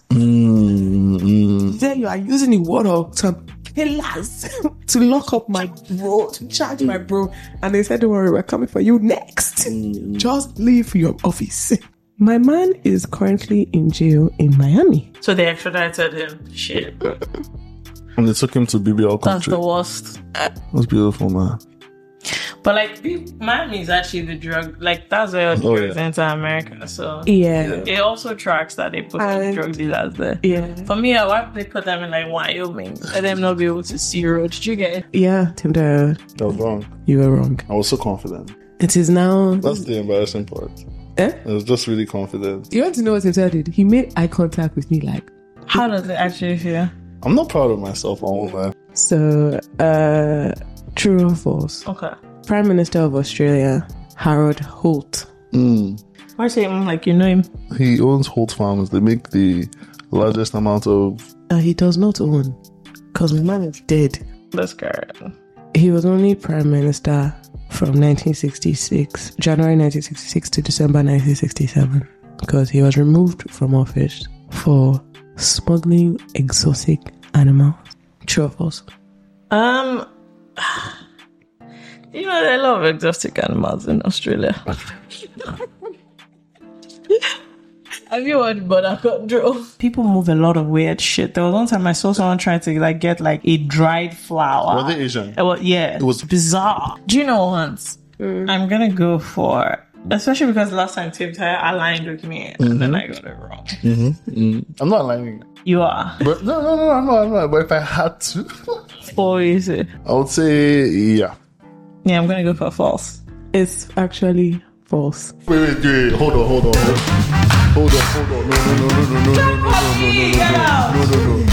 C: Mm,
A: Then you are using the word of some killers to lock up my bro, to charge my bro. And they said, Don't worry, we're coming for you next. Just leave your office. My man is currently in jail in Miami.
D: So they extradited him. Shit.
C: And they took him to BBL
D: That's
C: country.
D: the worst.
C: That's beautiful, man.
D: But like, be- Miami is actually the drug. Like, that's where the
C: Oh,
D: drugs
C: yeah.
D: enter America. So
A: Yeah.
D: it also tracks that they put
A: And-
D: drug dealers there.
A: Yeah.
D: For me, I want they put them in like Wyoming. Let them not be able to see road. Did you get it?
A: Yeah, Tim Dyer,
C: That was wrong.
A: you were wrong.
C: I was so confident.
A: It is now.
C: That's the embarrassing part.
A: Eh?
C: I was just really confident.
A: You want to know what Tim Dyer did? He made eye contact with me, like,
B: How does it actually feel?
C: I'm not proud of myself, I won't lie.
A: so, uh, true or false?
D: Okay.
A: Prime Minister of Australia, Harold Holt.
D: Why say mm, like you know him?
C: He owns Holt Farms. They make the largest amount of.
A: Uh, he does not own, because my man is dead.
D: That's correct.
A: He was only prime minister from 1966, January 1966 to December 1967, because he was removed from office for smuggling exotic animals. True or false?
D: Um, you know, there are a lot of exotic animals in Australia. Have you watched Border Control?
B: People move a lot of weird shit. There was one time I saw someone trying to like get like a dried flower.
C: Were they Asian?
B: It was, yeah, it
C: was-
B: bizarre. Do you know once? I'm gonna go for, especially because last time Tim Tyler aligned with me and then I got it wrong.
C: I'm not lying.
B: You are
C: But no, no, no, I'm not. I'm not. But if I had to,
D: Or is it?
C: I would say yeah.
B: yeah. I'm gonna go for false.
A: It's actually false.
C: Wait, wait, wait. Hold on, hold on. Hold on, hold on. No, no, no, no, no, no, no, no, no, no, no, no, no, no, no, no.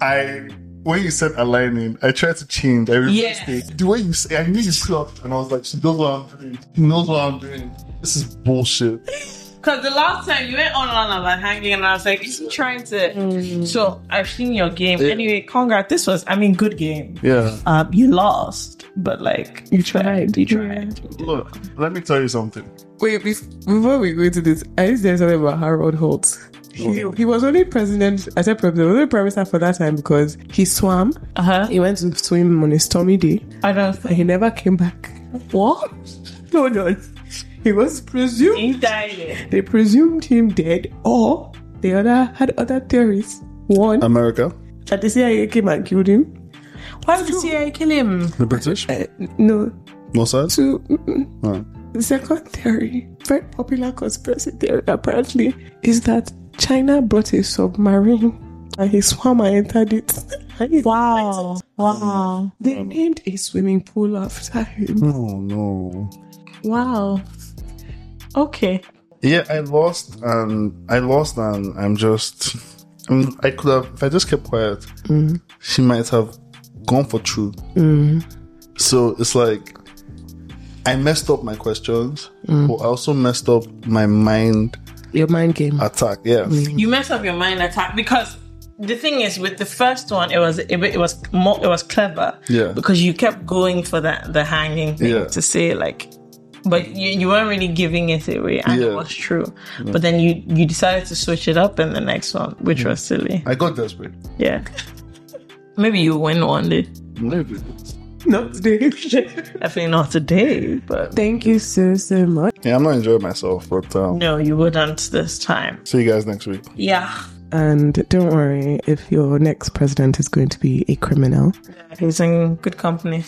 C: I. When you said aligning, I tried to change. I reversed
B: Yes.
C: it. The way you say, I knew you stopped, and I was like, she knows what I'm doing. She knows what I'm doing. This is bullshit.
D: Because the last time you went on and on about hanging, and I was like, is he trying to?
B: Mm.
D: So I've seen your game.
B: Anyway, congrats. This was, I mean, good game.
C: Yeah.
B: Um, you lost. But like
A: You tried.
B: you tried.
C: Look, let me tell you something.
A: Wait, bef- before we go into this, I need to tell you something about Harold Holtz. He, he was only president, I said president, he was only prime minister for that time because he swam.
B: Uh huh.
D: Uh-huh.
A: He went to swim on a stormy day
B: I don't
A: and
B: think
A: he never came back.
B: what
A: No, no. He was presumed,
B: he died.
A: they presumed him dead or the other had other theories. One,
C: America,
A: that the CIA came and killed him.
B: Why did the CIA kill him?
C: the British,
A: Uh, no,
C: Mossad.
A: two, mm-mm.
C: Oh.
A: The second theory, very popular conspiracy theory apparently, is that China brought a submarine and he swam and entered it. And he-
B: Wow. Oh, Wow.
A: They named a swimming pool after him.
C: Oh no.
B: Wow. Okay.
C: Yeah, I lost, and I lost, and I'm just. mm, I could have, if I just kept quiet, she might have gone for truth. So it's like I messed up my questions, but I also messed up my mind
A: Your mind game.
C: attack. Yeah,
B: Mm.
D: You mess up
B: your mind attack because the thing is with the first one it was it, it was more it was clever
C: Yeah.
B: because you kept going for that the hanging thing
C: Yeah.
B: to say like but you, you weren't really giving it away and it
C: Yeah.
B: was true but then you you decided to switch it up in the next one which was silly
C: I got desperate.
B: yeah maybe you win one day
C: Maybe.
A: Not today.
B: definitely not today but
A: Thank you so, so much.
C: Yeah, I'm not enjoying myself, but um,
B: no you wouldn't this time
C: see you guys next week.
B: yeah
A: And don't worry if your next president is going to be a criminal.
B: he's in good company